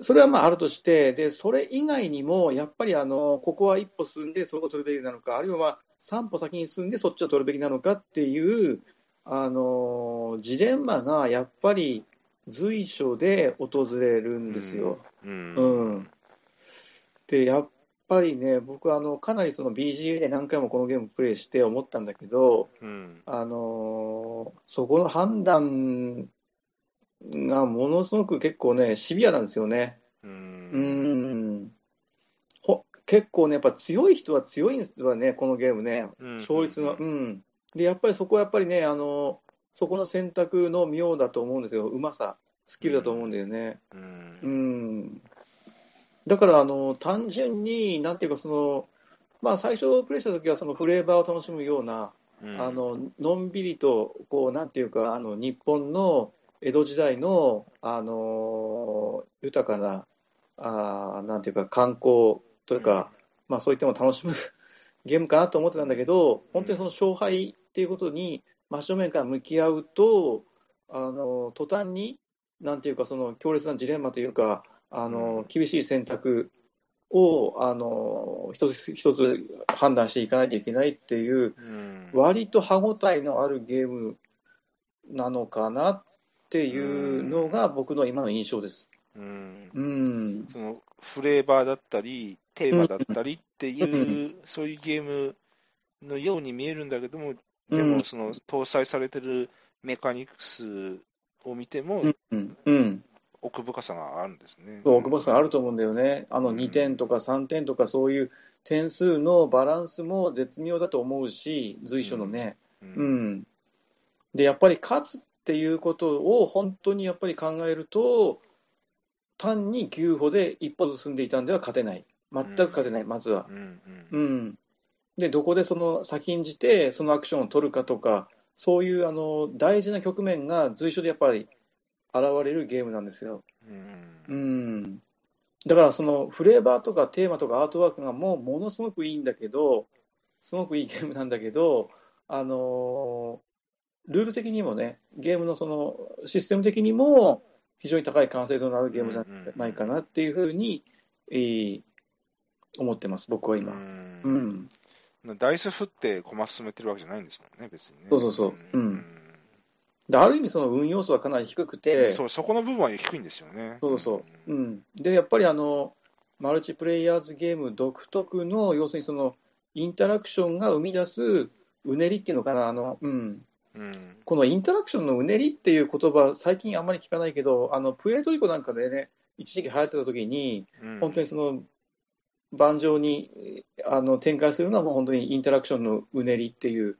S2: それはまああるとしてで、それ以外にも、やっぱりあのここは一歩進んで、そこを取るべきなのか、あるいは3歩先に進んで、そっちを取るべきなのかっていう、あのジレンマがやっぱり随所で訪れるんですよ。
S1: うん
S2: うん、で、やっぱりね、僕はあのかなりその BGA で何回もこのゲームプレイして思ったんだけど、
S1: うん
S2: あのーそこの判断がものすごく結構ね、シビアなんですよね。
S1: う
S2: うんん。ほ結構ね、やっぱ強い人は強いんですよね、このゲームね。
S1: うん
S2: 勝率の、うん。で、やっぱりそこはやっぱりね、あのそこの選択の妙だと思うんですよ。うまさ、スキルだと思うんだよね。
S1: う
S2: うんん。だから、あの単純に、なんていうか、その、まあ、最初プレイした時は、そのフレーバーを楽しむような、
S1: うん
S2: あののんびりとこうなんていうかあの日本の江戸時代の、あのー豊かなあーなんていうか観光というか、まあ、そういったものを楽しむ [LAUGHS] ゲームかなと思ってたんだけど本当にその勝敗っていうことに真正面から向き合うと、あのー途端になんていうかその強烈なジレンマというか、あのー
S1: うん
S2: 厳しい選択を、あのー一つ一つ判断していかないといけないっていう。
S1: うん
S2: 割と歯応えのあるゲームなのかなっていうのが僕の今の印象です。
S1: うん
S2: うん、
S1: そのフレーバーだったり、テーマだったりっていう、そういうゲームのように見えるんだけども、で
S2: う
S1: も、
S2: ん
S1: その搭載されてるメカニクスを見ても、
S2: うん、うん、
S1: 奥深さがあるんですね。
S2: そう奥本さんあると思うんだよね。あ
S1: う
S2: の
S1: ん
S2: 2点とか3点とかそういう点数のバランスも絶妙だと思うし、随所のね。
S1: う。
S2: うんん。で、やっぱり勝つっていうことを本当にやっぱり考えると、単に9歩で一歩進んでいたんでは勝てない。全く勝てない、まずは。
S1: うん。う。
S2: うんん、でどこでその先んじてそのアクションを取るかとかそういうあの大事な局面が随所でやっぱり現れるゲームなんですよ、
S1: うん
S2: うん、だからそのフレーバーとかテーマとかアートワークがもうものすごくいいんだけどすごくいいゲームなんだけどあのールール的にもねゲームのそのシステム的にも非常に高い完成度のあるゲームじゃないかなっていうふうに、えー思ってます僕は今。
S1: う
S2: うんん
S1: ダイス振って駒進めてるわけじゃないんですもんね、別にね。
S2: そうそうそううんである意味その運用素はかなり低く
S1: う
S2: て
S1: んそう、そこの部分は低いんですよね。
S2: そうそう、うん、でやっぱりあのマルチプレイヤーズゲーム独特の要するにそのインタラクションが生み出すうねりっていうのかなあの、うん、
S1: うん。
S2: このインタラクションのうねりっていう言葉最近あんまり聞かないけどあのプエルトリコなんかでね一時期流行ってた時に
S1: うん
S2: 本当にその盤上にあの展開するのはもう本当にインタラクションのうねりっていう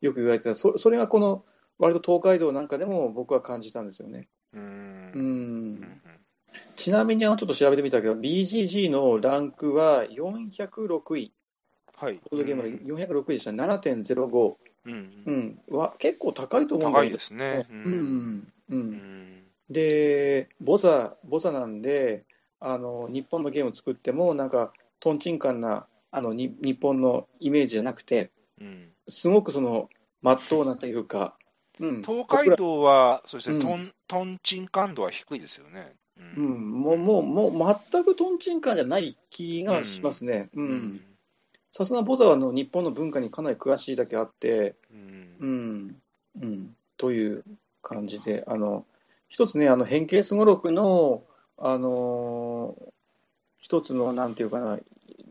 S2: よく言われてたそそれがこの割と東海道なんかでも僕は感じたんですよね。
S1: う。
S2: うん
S1: うんん
S2: ちなみにあのちょっと調べてみたけど、BGG のランクは406位、
S1: はい。
S2: ボードゲームの406位でした、7.05、
S1: うん
S2: う。んは、結構高いと思うんだ
S1: 高い
S2: けど
S1: で、すね。う。
S2: うんん
S1: う
S2: う、
S1: んん。
S2: で、ボザ、ボザなんで、あの日本のゲームを作っても、なんか、とんちんかんなあのに日本のイメージじゃなくて、
S1: うん
S2: すごくその、まっとうなというか、うん、
S1: 東海道は、そして
S2: うん
S1: トン、トンチン感度は低いですよね。う
S2: う。ん、もう、もう、もう全くとんちんかんじゃない気がしますね。
S1: う
S2: うん
S1: ん。
S2: さすがボザはあの日本の文化にかなり詳しいだけあって、
S1: うん
S2: うん、うん、という感じで、あの、一つね、あの、変形すごろくの、あのー一つの、なんていうかな、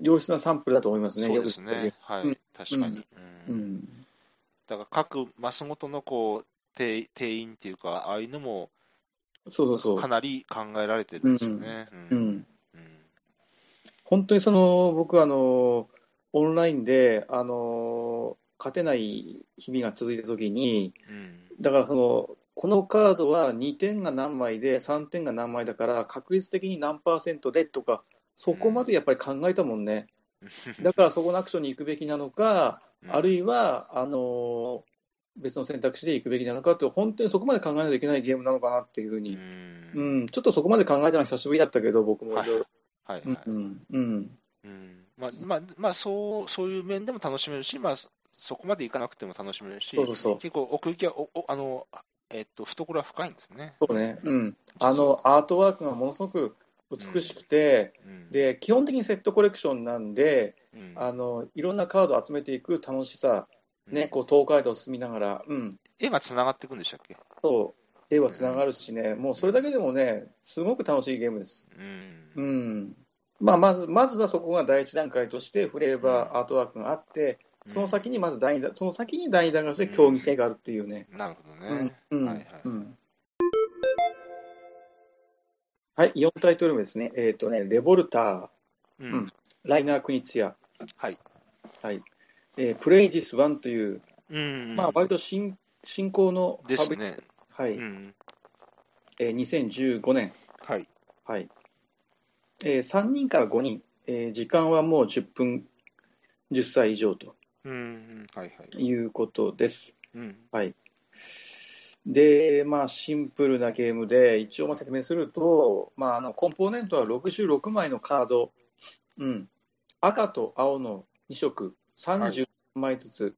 S2: 良質なサンプルだと思いますね、
S1: そうですね。はい、
S2: うん
S1: 確かに。
S2: よく
S1: う
S2: うんん、
S1: だから各マスごとのこう定定員っていうか、ああいうのも
S2: そうそうそう
S1: か、なり考えられてるんですよね。う
S2: うんん、本当にその僕はあのオンラインであの勝てない日々が続いたときに、
S1: うん
S2: だからその、このカードは2点が何枚で、3点が何枚だから、確率的に何パーセントでとか、そこまでやっぱり考えたもんね、だからそこのアクションに行くべきなのか、
S1: うん
S2: あるいはあの別の選択肢で行くべきなのかって、本当にそこまで考えないといけないゲームなのかなっていうふう
S1: う
S2: に、
S1: ん
S2: うんちょっとそこまで考えたのは久しぶりだったけど、僕も
S1: はい
S2: いろいろ
S1: はいはい。
S2: うんうん
S1: うんまあまあまあ、そうそういう面でも楽しめるし、まあ、そそこまでいかなくても楽しめるし、
S2: そうそうそう
S1: 結構奥行きはおおあの、えっと懐は深いんですね。
S2: そうね、うん、あのアートワークがものすごく美しくて、
S1: うん、
S2: で基本的にセットコレクションなんで、
S1: うん、
S2: あのいろんなカードを集めていく楽しさ、ね、
S1: うん
S2: こう東海道を進みながら、うん、
S1: 絵がつながっていくんでしたっけ、
S2: そう絵はつながるしね、もうそれだけでもね、すごく楽しいゲームです。
S1: うん
S2: うんまあ、まずまずはそこが第一段階として、フレーバー、アートワークがあって、その先にまず第二段その先に第二段階として競技性があるっていうね。
S1: なるほど
S2: う
S1: ね
S2: ん。うん
S1: はいはい
S2: うんはい、4タイトル目ですね、えっとね、レボルター、
S1: うん
S2: ライナー・クニツヤ、
S1: はい。
S2: はいえープレイジス1という、
S1: うん
S2: まあ、割と新新興の
S1: で
S2: パ
S1: す
S2: ブリ
S1: ね。
S2: はい
S1: うん、
S2: えー2015年、
S1: はい。
S2: はいえー3人から5人、えー時間はもう10分、10歳以上と
S1: うんうん、はいはい。
S2: いうことです。
S1: うん
S2: はいでまあ、シンプルなゲームで、一応まあ説明すると、まあ、あのコンポーネントは66枚のカード、うん、赤と青の2色、30枚ずつ、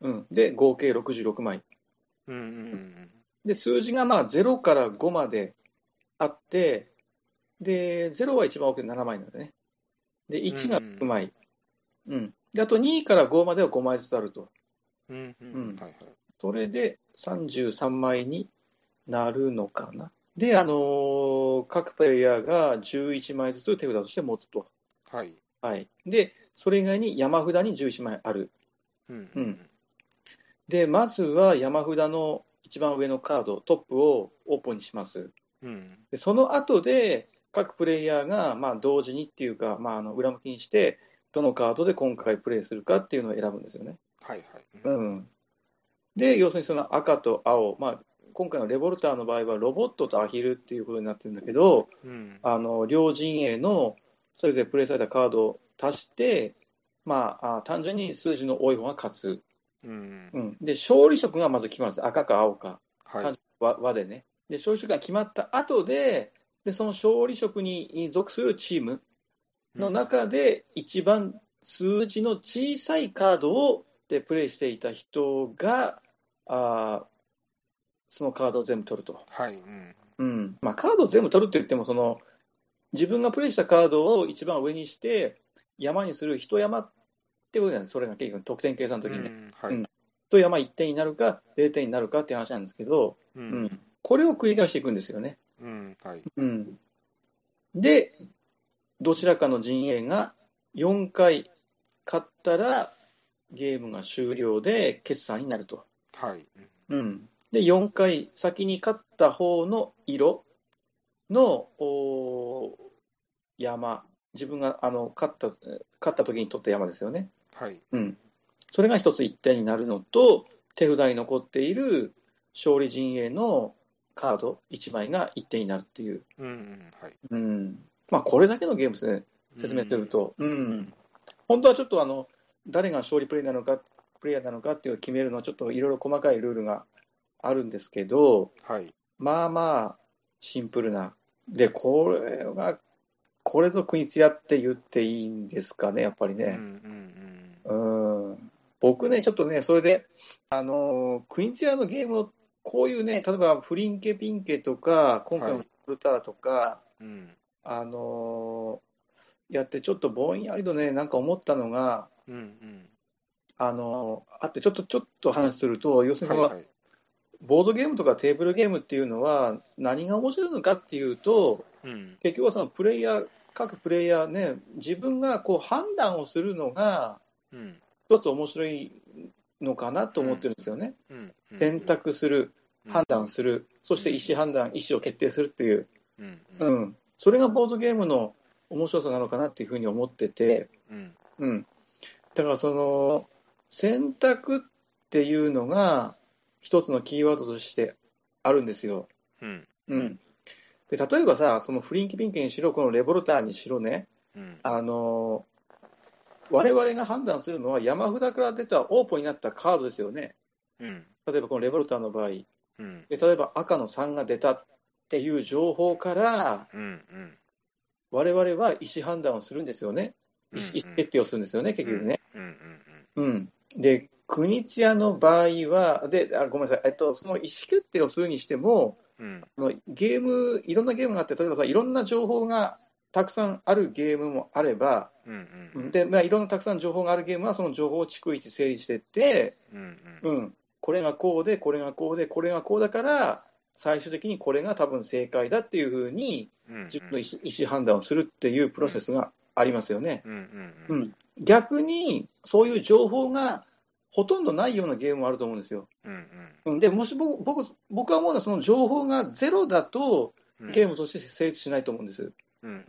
S2: うん、で合計66枚、
S1: うんうん
S2: で数字がまあ0から5まであってで0は一番多くて7枚なのでねで1が6枚、うんであと2から5までは5枚ずつあると
S1: うんうんうん
S2: うん
S1: はいはい。
S2: それで33枚になるのかなで、あのー各プレイヤーが11枚ずつ手札として持つと、
S1: はい。
S2: はい、でそれ以外に山札に11枚ある
S1: うん
S2: でまずは山札の一番上のカードトップをオープンにします
S1: うんうん
S2: でその後で各プレイヤーがまあ同時にっていうか、まあ、あの裏向きにしてどのカードで今回プレイするかっていうのを選ぶんですよね。
S1: はいはい。
S2: うん、で要するにその赤と青、まあ、今回のレボルターの場合はロボットとアヒルっていうことになってるんだけど
S1: うん
S2: あの両陣営のそれぞれプレイされたカードを足して、まあ、あ単純に数字の多い方が勝つ、
S1: うん
S2: う。ん、で勝利色がまず決まるんです赤か青か。
S1: はい。
S2: 和和でね。で、勝利職が決まった後で、で、その勝利職に属するチームの中で、一番数字の小さいカードをでプレイしていた人が、あーそのカードを全部取ると。
S1: はい。うん
S2: うん。まあ、カードを全部取るって言っても、その、自分がプレイしたカードを一番上にして、山にする一山ってことじゃないそれが結局得点計算の時にね。
S1: うんはい。
S2: 一山1点になるか、0点になるかっていう話なんですけど、
S1: う
S2: うんん。これを繰り返していくんですよね。
S1: うん。はい。
S2: うん、で、どちらかの陣営が4回勝ったらゲームが終了で決算になると。
S1: はい。
S2: うん、で、4回先に勝った方の色のおー山、自分があの勝った勝った時に取った山ですよね。
S1: はい。
S2: うん、それが一つ1点になるのと、手札に残っている勝利陣営のカード1枚が1点になるっていう。
S1: うんうん。はい。
S2: うんまあ、これだけのゲームですね、説明する。と、うん本当はちょっとあの誰が勝利プレイなのか、プレイヤーなのかっていうのを決めるのは、ちょっといろいろ細かいルールがあるんですけど、
S1: はい。
S2: まあまあ、シンプルな、で、これが、これぞ国津屋って言っていいんですかね、やっぱり
S1: うんう
S2: ね。
S1: ん
S2: うん、僕ね、ちょっとね、それで、あのー、クイーンツヤのゲームの、こういうね、例えばフリンケ、ピンケとか、今回のルターとか、
S1: うん。うん。
S2: あのーやってちょっとぼんやりとねなんか思ったのが、
S1: うんうん。
S2: あのーあってちょっとちょっと話すると要する
S1: は
S2: に
S1: い
S2: その、
S1: はい。
S2: ボードゲームとかテーブルゲームっていうのは何が面白いのかっていうと
S1: うん
S2: 結局はそのプレイヤー、各プレイヤーね、自分がこう判断をするのが、
S1: うん
S2: 一つ面白いのかなと思ってるんですよね。
S1: うんうん
S2: 選択する、
S1: うん
S2: 判断する、そして意思判断、意思を決定するっていう、
S1: うんう
S2: うんん、それがボードゲームの面白さなのかなっていうふうに思ってて、
S1: うん
S2: うん、だからその選択っていうのが一つのキーワードとしてあるんですよ。
S1: うん
S2: うん、で例えばさ、そのフリンキピンケにしろ、このレボルターにしろね、
S1: うん
S2: あの我々が判断するのは山札から出たオープンになったカードですよね。
S1: うん
S2: 例えばこのレボルターの場合、
S1: うん
S2: で例えば赤の3が出たっていう情報から、
S1: うんうん
S2: 我々は意思判断をするんですよね、意思意思決定をするんですよね、結局ね。
S1: うんうん
S2: うん、で、国千谷の場合はであ、ごめんなさい、えっと、その意思決定をするにしても、
S1: うん
S2: あのゲーム、いろんなゲームがあって、例えばさ、いろんな情報がたくさんあるゲームもあれば、
S1: うんうんう
S2: うんんでまあ、いろんなたくさん情報があるゲームは、その情報を逐一整理していって、
S1: うんうん
S2: うん、これがこうで、これがこうで、これがこうだから、最終的にこれが多分正解だっていうふう
S1: う
S2: に、
S1: ん
S2: 自分の意思意思判断をするっていうプロセスがありますよね。
S1: うんう
S2: うんん、逆に、そういう情報がほとんどないようなゲームもあると思うんですよ。
S1: うん
S2: うんで、もし僕僕僕は思うのは、その情報がゼロだと、
S1: うん
S2: ゲームとして成立しないと思うんです。
S1: うんうん
S2: う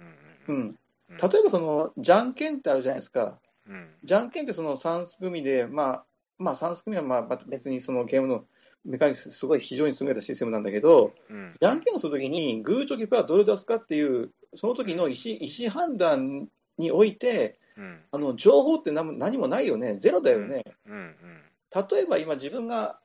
S1: うん
S2: ん、
S1: うん
S2: 例えばその、じゃんけんってあるじゃないですか。
S1: うん
S2: じゃんけんってその3すくみで、まあ、まあ、3すくみはまあまた別にそのゲームのメカニクス、すごい非常に優れたシステムなんだけど、
S1: うん
S2: じゃんけんをするときに、グーチョキパーどれ出すかっていう、その時の意思意思判断において、
S1: うん
S2: あの情報って何も何もないよね、ゼロだよね、
S1: うんうん
S2: 例えば今、自分が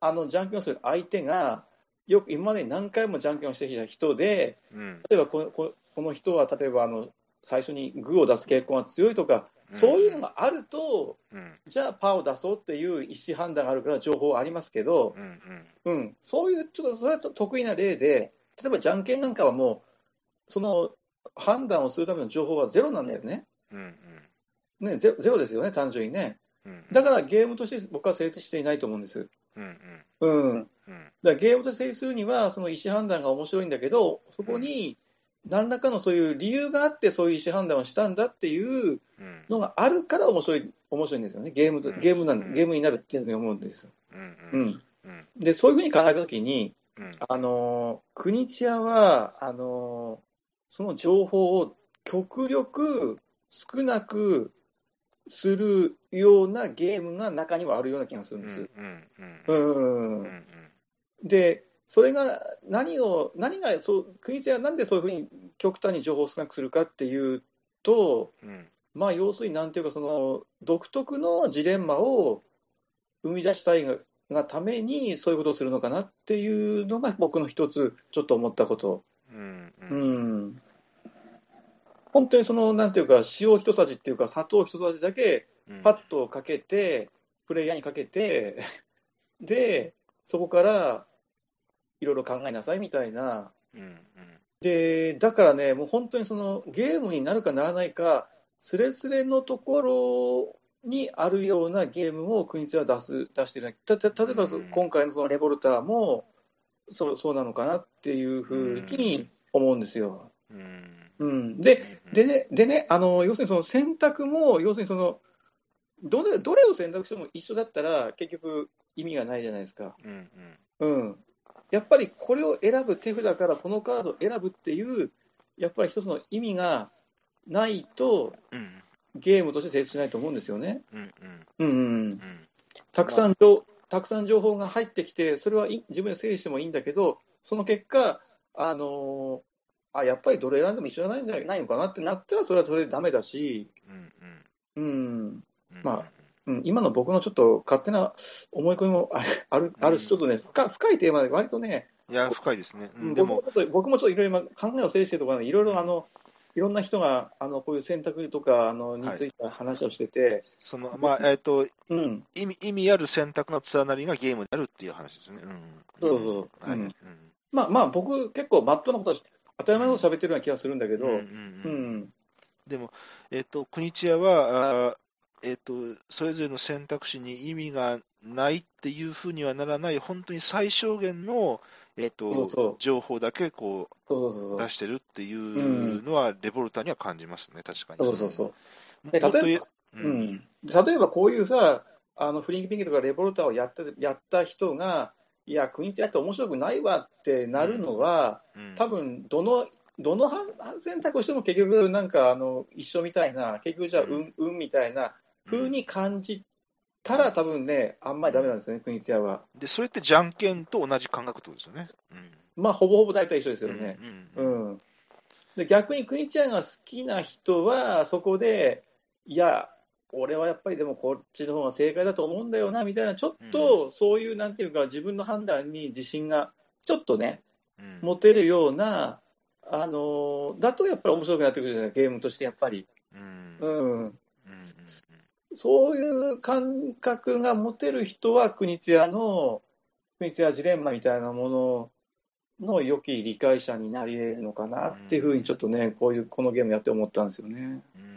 S2: あのじゃんけんをする相手が、よく今までに何回もじゃんけんをしてきた人で、
S1: うん
S2: 例えばこここの人は例えばあの最初にグーを出す傾向が強いとか、そういうのがあると、
S1: うん
S2: じゃあパーを出そうっていう意思判断があるから情報はありますけど、
S1: うんうん
S2: うん、そういうちょっとそれはちょっと得意な例で、例えばじゃんけんなんかはもう、その判断をするための情報はゼロなんだよね、
S1: うんうん
S2: ねゼロゼロですよね、単純にね。
S1: うん
S2: だからゲームとして僕は成立していないと思うんです。
S1: うんうん
S2: うん、だか
S1: うん
S2: らゲームとして成立するには、その意思判断が面白いんだけど、そこに何らかのそういう理由があって、そういう意思判断をしたんだっていう
S1: うん
S2: のがあるから面白い面白いんですよね、ゲームとゲームなんゲームになるっていうふうに思うんですよ。
S1: うん
S2: う
S1: うん
S2: ん、でそういうふうに考えたときに、
S1: うん
S2: あのー国千谷はあのーその情報を極力少なくするようなゲームが中にはあるような気がするんです。
S1: うんうん
S2: う
S1: うん
S2: ん
S1: うん
S2: でそれが何を何がそう国千谷はなんでそういうふうに極端に情報を少なくするかっていうと、
S1: うん
S2: まあ、要するになんていうかその独特のジレンマを生み出したいががためにそういうことをするのかなっていうのが僕の一つちょっと思ったこと、
S1: うんう
S2: うんん、本当にそのなんていうか塩一さじっていうか砂糖一さじだけ
S1: うん
S2: パッとかけてプレイヤーにかけてでそこからいろいろ考えなさいみたいな
S1: うんうん
S2: でだからね、もう本当にそのゲームになるかならないか、すれすれのところにあるようなゲームを国津は出す出してるなたた例えば
S1: うん
S2: 今回のそのレボルターもそうそうなのかなっていうふうに思うんですよ。
S1: うん
S2: うん、で
S1: うん
S2: でねでねあの、要するにその選択も、要するにそのどれどれを選択しても一緒だったら、結局、意味がないじゃないですか。
S1: うんうん
S2: うん、やっぱりこれを選ぶ手札からこのカードを選ぶっていうやっぱり一つの意味がないと
S1: うん
S2: ゲームとして成立しないと思うんですよね。
S1: うんうん
S2: うんうん、
S1: うん
S2: たくさん情たくさん情報が入ってきてそれはい自分で整理してもいいんだけどその結果、あのーあやっぱりどれ選んでも一緒じゃないんじゃないのかなってなったらそれはそれでダメだし、
S1: うんうん
S2: うん
S1: うん
S2: まあうん、今の僕のちょっと勝手な思い込みもあるあるあるしちょっとね深深いテーマで割とね、
S1: いや深いですねうんで
S2: 僕も
S1: も
S2: ちょっと僕もちょっといろいろ今考えを整理してるところなんでいろいろあのいろんな人があのこういう選択とかあのについて話をしてて、
S1: そのまあえっと
S2: うん
S1: 意味意味ある選択の連なりがゲームであるっていう話ですねうん
S2: そうそう
S1: はい
S2: うん
S1: うん
S2: まあまあ僕結構まっとうなことは当たり前のこと喋ってるような気がするんだけど、
S1: う
S2: うん
S1: うんん
S2: う
S1: うん
S2: ん
S1: えっと、国千谷は、あーえっと、それぞれの選択肢に意味がないっていうふうにはならない、本当に最小限のえっ
S2: そうそう
S1: と、情報だけこ
S2: そうそう
S1: う
S2: そう
S1: 出してるっていうのは、レボルタには感じますね、確かに。
S2: そうそうそう
S1: もっ
S2: え
S1: と
S2: 例えば
S1: う
S2: うんん、例えばこういうさあのフリンキピンキとかレボルターをやってやった人がいや国一やって面白くないわってなるのは、
S1: うん
S2: 多分どのどの反選択をしても結局なんかあの一緒みたいな結局じゃあ
S1: うん
S2: 運,、運みたいな風に感じたら多分ねあんまりダメなんですよね国一屋は
S1: で、それってじゃんけんと同じ感覚ってことですよね。うん
S2: まあほぼほぼ大体一緒ですよね、
S1: うんうん
S2: うん、で逆に国ちゃんが好きな人はそこでいや俺はやっぱりでもこっちの方が正解だと思うんだよなみたいなちょっとそういうなんていうか自分の判断に自信がちょっとね
S1: うん
S2: 持てるようなあのーだとやっぱり面白くなってくるじゃないゲームとしてやっぱり、
S1: うんうん
S2: う
S1: う
S2: ん、
S1: ん
S2: そういう感覚が持てる人は国津屋の国津屋ジレンマみたいなものの良き理解者になり得るのかなっていうふうにちょっとねこういうこのゲームやって思ったんですよね。
S1: うん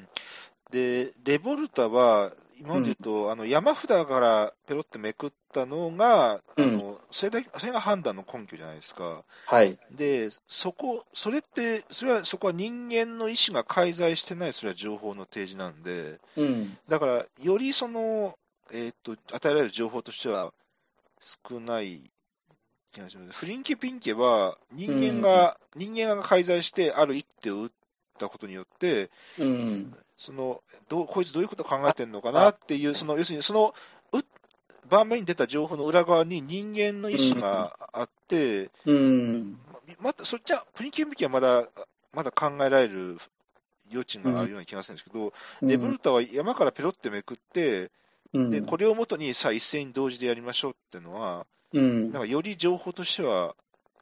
S1: で、レボルタは、今まで言うと、あの山札からペロってめくったのが、
S2: うん
S1: あのそれだけそれが判断の根拠じゃないですか。
S2: はい、
S1: で、そこ、それって、それは、そこは人間の意思が介在してない、それは情報の提示なんで、
S2: うん
S1: だから、よりその、えーっと、与えられる情報としては少ない気がします。フリンケピンケは、人間が、人間が介在して、ある一手を打ったことによって、
S2: うん
S1: そのどうこいつどういうこと考えてるのかなっていう、その要するにそのう盤面に出た情報の裏側に人間の意思があって、
S2: うん
S1: ままたそっちは、プリンケンビキはまだまだ考えられる余地があるような気がするんですけど、レブルタは山からペロってめくって、
S2: うん
S1: でこれをもとにさあ一斉に同時でやりましょうってのは、
S2: うん
S1: なんかより情報としては、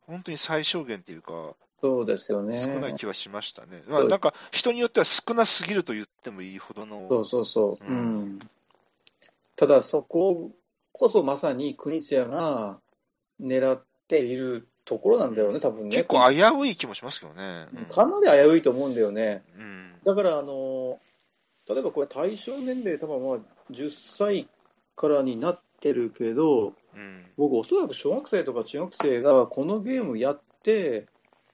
S1: 本当に最小限というか、
S2: そうですよね。
S1: 少ない気はしましたね。まあ、なんか人によっては少なすぎると言ってもいいほどの。
S2: そうそうそう、う
S1: うん
S2: んただそここそまさに国津屋が狙っているところなんだよね多分ね
S1: 結構危うい気もしますけどね。うん
S2: かなり危ういと思うんだよね。
S1: うん
S2: だから、あの例えばこれ、対象年齢、多分まあ10歳からになってるけど、
S1: うん
S2: 僕、おそらく小学生とか中学生がこのゲームやって、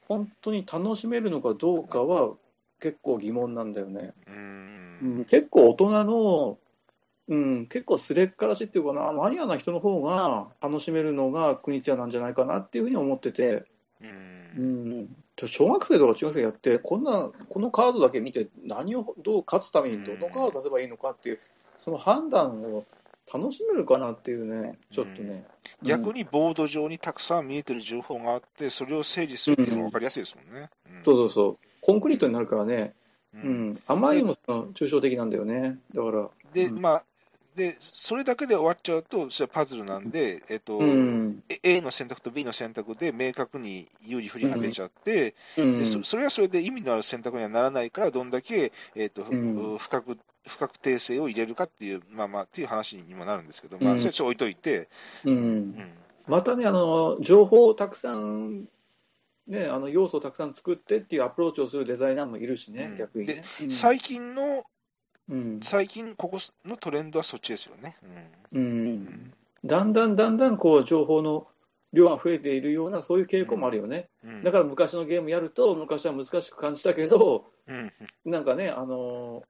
S2: 本当に楽しめるのかどうかは結構疑問なんだよね。
S1: う
S2: うんん、結構大人の、うん、結構すれっからしっていうかな、マニアな人の方が楽しめるのが国津屋なんじゃないかなっていうふうに思ってて。
S1: う
S2: うんん、小学生とか中学生やってこんなこのカードだけ見て何をどう勝つためにどのカード出せばいいのかっていうその判断を楽しめるかなっていうねちょっとね、
S1: 逆
S2: に
S1: にボード上にたくさん見えてる情報があって、それを整理するっていうのが分かりやすいですもんね。うん
S2: そうそうそうコンクリートになるからね、
S1: う
S2: うんん、あまりにもその抽象的なんだよねだから
S1: で、
S2: うん
S1: まあ、で、それだけで終わっちゃうと、それはパズルなんで、えっと、
S2: うん、
S1: A- A の選択と B の選択で明確に有利不利が出ちゃって、
S2: うん
S1: でそ、それはそれで意味のある選択にはならないから、どんだけ、えっと
S2: うん
S1: 不確不確定性を入れるかっていう、まあまあ、っていう話にもなるんですけど、まあ、それはちょっと置いといて、
S2: うん
S1: う、ん
S2: またねあの情報をたくさんねあの要素をたくさん作ってっていうアプローチをするデザイナーもいるしね、
S1: うん
S2: 逆にね、うん
S1: 最近の、
S2: うん
S1: 最近ここのトレンドはそっちですよね。
S2: う
S1: うんん。
S2: だんだんだんだんこう情報の量が増えているようなそういう傾向もあるよね、
S1: うん
S2: だから昔のゲームやると昔は難しく感じたけど
S1: うん。
S2: なんかね、あのー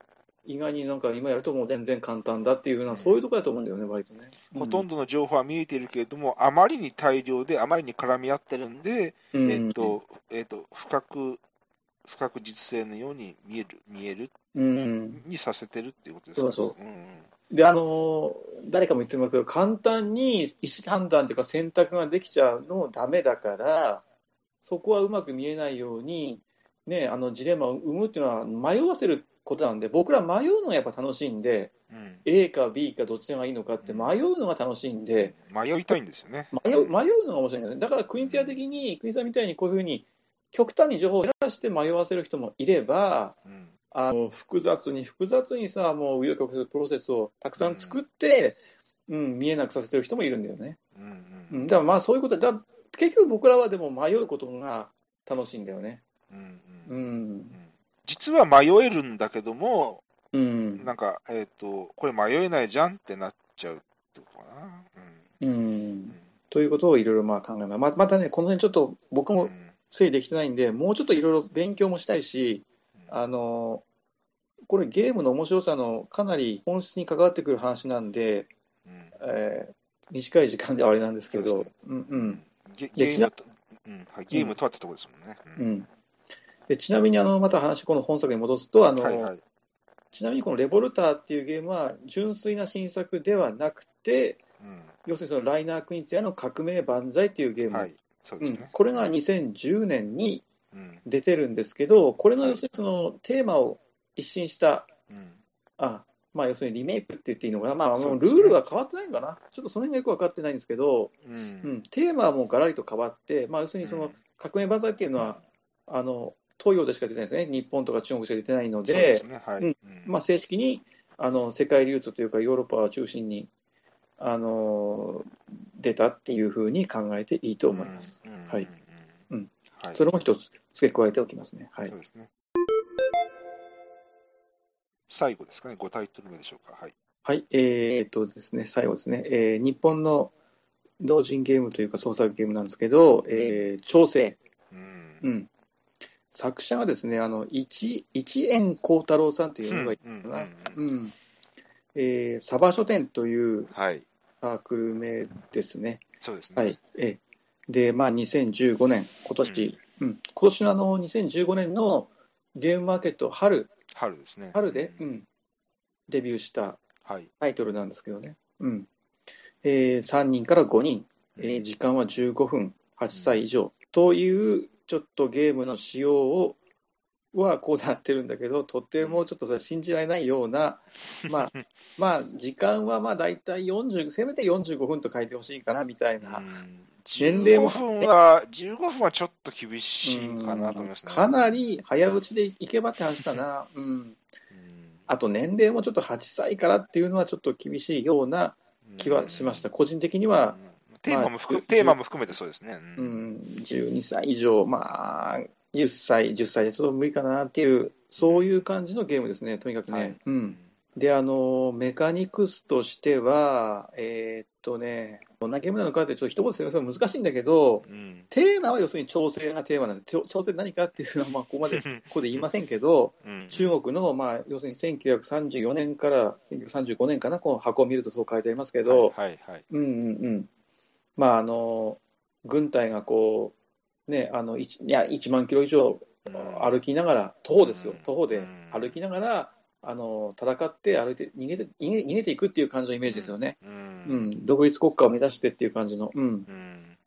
S2: 意外になんか今やるともう全然簡単だっていうようなそういうところだと思うんだよね割とね
S1: ほとんど
S2: ど、
S1: の情報は見えているけれども、あまりに大量で、あまりに絡み合ってるんで、
S2: うん
S1: えっと、えっと、不確、不確実性のように見える、見える、
S2: うん、
S1: にさせてるっていうことですよね
S2: そう
S1: うんうん。
S2: であのー誰かも言ってますけど簡単に意思判断というか選択ができちゃうのダメだからそこはうまく見えないように、ね、あのジレンマを生むっていうのは迷わせることなんで僕ら迷うのがやっぱ楽しいんで。
S1: うん、
S2: A か B かどっちがいいのかって迷うのが楽しいんで、
S1: 迷いたいんですよね。
S2: 迷う迷うのが面白いんだよね。だから、クイーンツヤ的に、クイーンツヤみたいにこういうふうに、極端に情報を減らして迷わせる人もいれば、
S1: うん
S2: あの複雑に複雑にさ、もう紆余曲折プロセスをたくさん作って、うん見えなくさせてる人もいるんだよね。
S1: うんう
S2: うんん、だからまあ、そういうことだ、結局僕らはでも迷うことが楽しいんだよね。
S1: うんう
S2: うん、
S1: うんん実は迷えるんだけども、
S2: うん
S1: なんか、えっ、と、これ迷えないじゃんってなっちゃうってことかな。
S2: うん
S1: うん。
S2: ということをいろいろまあ考えます。ままたね、この辺ちょっと僕
S1: う
S2: も
S1: ん
S2: 整理できてないんで、もうちょっといろいろ勉強もしたいし、あの、これゲームの面白さのかなり本質に関わってくる話なんで、
S1: うん
S2: えー短い時間ではあれなんですけ
S1: そ
S2: ど
S1: うで、
S2: うんうん。
S1: ゲ
S2: で
S1: ゲームと、うんはい、ゲームとはってとこですもんね。
S2: う
S1: うん
S2: んでちなみにあのまた話、この本作に戻すとあの、
S1: はいはい。
S2: ちなみにこの「レボルター」っていうゲームは純粋な新作ではなくて、
S1: う
S2: 要するにそのライナー・クインツィアの革命万歳っていうゲー
S1: ん。
S2: ム、
S1: はい。そう
S2: う
S1: です
S2: ん
S1: ね。
S2: これが2010年に
S1: うん。
S2: 出てるんですけど、これの
S1: はい
S2: 要するにそのテーマを一新した、
S1: うん。
S2: あまあ、要するにリメイクって言っていいのかな、まあ、あ
S1: そう
S2: のル
S1: で
S2: ー
S1: すね
S2: ルが変わってないのかな、ちょっとその辺がよく分かってないんですけど、
S1: う。
S2: うんん、テーマはもうガラリと変わって、まあ、要するにその革命万歳っていうのは、あの東洋でしか出てないですね、日本とか中国しか出てないの
S1: そう
S2: で、
S1: すね、はい。
S2: うん
S1: うん
S2: まあ、正式にあの世界流通というか、ヨーロッパを中心にあの出たっていうふうに考えていいと思います。。
S1: うんうん
S2: はい
S1: うん
S2: うん
S1: はい。
S2: それも一つ付け加えておきますね。はい
S1: そうですね。最後ですかね、5タイトル目でしょうか。はい。
S2: はい、えーっとですね、最後ですね、えー日本の同人ゲームというか創作ゲームなんですけど、えー、調整、
S1: う。
S2: うんん、作者がですね、あの一一円幸太郎さんというのがい
S1: うん
S2: かな
S1: う
S2: うん
S1: うん
S2: んえー、サバ書店という
S1: はい。
S2: サークル名ですね。
S1: そうですね。
S2: はい。ええで、まあ、2015年、今年、うん今年のあの2015年のゲームマーケット春、
S1: 春ですね。
S2: 春で、う
S1: うん
S2: ん、デビューした
S1: はい。
S2: タイトルなんですけどね。うんえー3人から5人、えー時間は15分、8歳以上という、ちょっとゲームの仕様をはこうなってるんだけど、とてもちょっとそれ信じられないよう
S1: [LAUGHS]
S2: な、まあ、まあ、時間はまあ大体40、せめて45分と書いてほしいかなみたいな。
S1: うん
S2: 年齢も
S1: 15分は、15分はちょっと厳しいかなと思いましたね。
S2: かなり早打ちでいけばって話だな、うん、
S1: うん、
S2: あと年齢もちょっと8歳からっていうのはちょっと厳しいような気はしました、個人的に
S1: うん
S2: は、
S1: テーマも含
S2: まあ
S1: テーマも含めてそうですね。う
S2: うんん、12歳以上、まあ、10歳、10歳でちょっと無理かなっていう、そういう感じのゲームですね、とにかくね。
S1: はい
S2: うん、であのメカニクスとしては、えーっとね、どんなゲームなのかって、ちょっと一言で説明するの難しいんだけど、
S1: うん
S2: テーマは要するに調整がテーマなんで、ちょ調整って何かっていうのは、まあ、ここまで、ここで言いませんけど、
S1: うん
S2: 中国の、まあ、要するに1934年から1935年かな、この箱を見るとそう書いてありますけど、
S1: はいはい
S2: うんうんうん、まあ、あの、軍隊がこう、ね、あの、1, いや1万キロ以上
S1: はい。
S2: 歩きながら、徒歩ですよ
S1: うん、
S2: 徒歩で
S1: うん
S2: 歩きながら、あの戦って歩いて逃げて逃げ、逃げていくっていう感じのイメージですよね。
S1: う。
S2: うんん、独立国家を目指してっていう感じの、うん、
S1: うん。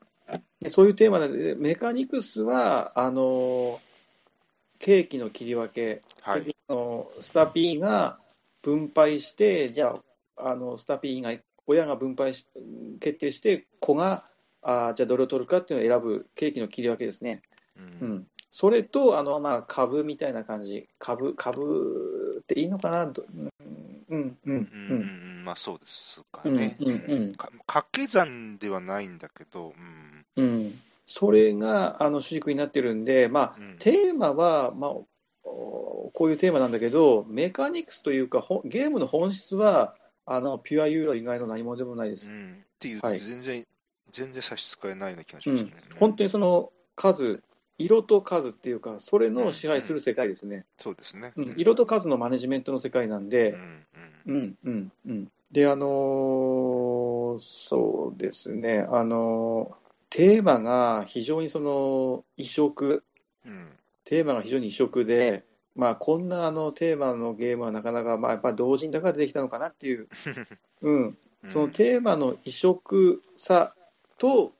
S2: でそういうテーマなので、メカニクスはあのケーキの切り分け、
S1: はい。
S2: あのスタピーが分配して、じゃあ、あのスタピー以外、親が分配し決定して、子があーじゃあどれを取るかっていうのを選ぶケーキの切り分けですね。
S1: うん
S2: うん、それとあの、まあ、株みたいな感じ、株株っていいのかな、どうんう
S1: う
S2: んう
S1: んん
S2: う、
S1: うんんまあそうですかね。
S2: うんうんうん
S1: か掛け算ではないんだけど、うん
S2: うん、それがあの主軸になってるんで、まあ
S1: うん
S2: テーマは、まあ、おこういうテーマなんだけど、メカニクスというか、ほんゲームの本質は、あのピュアユーロ以外の何もでもないで
S1: う
S2: す。
S1: んっていう
S2: はい
S1: 全然全然差し支えないような気がし
S2: う
S1: ますね
S2: ん。、本当にその数、色と数っていうか、それの支配する世界ですね、
S1: そうですね。
S2: うん色と数のマネジメントの世界なん
S1: う
S2: で、
S1: んうん
S2: うんうんうん、で、あのーそうですね、あのーテーマが非常にその異色、
S1: うん
S2: テーマが非常に異色で、まあ、こんなあのテーマのゲームはなかなか、まあ、やっぱ同人だから出てきたのかなって
S1: [LAUGHS]
S2: いう、う
S1: う
S2: ん、
S1: ん
S2: そのテーマの異色さと、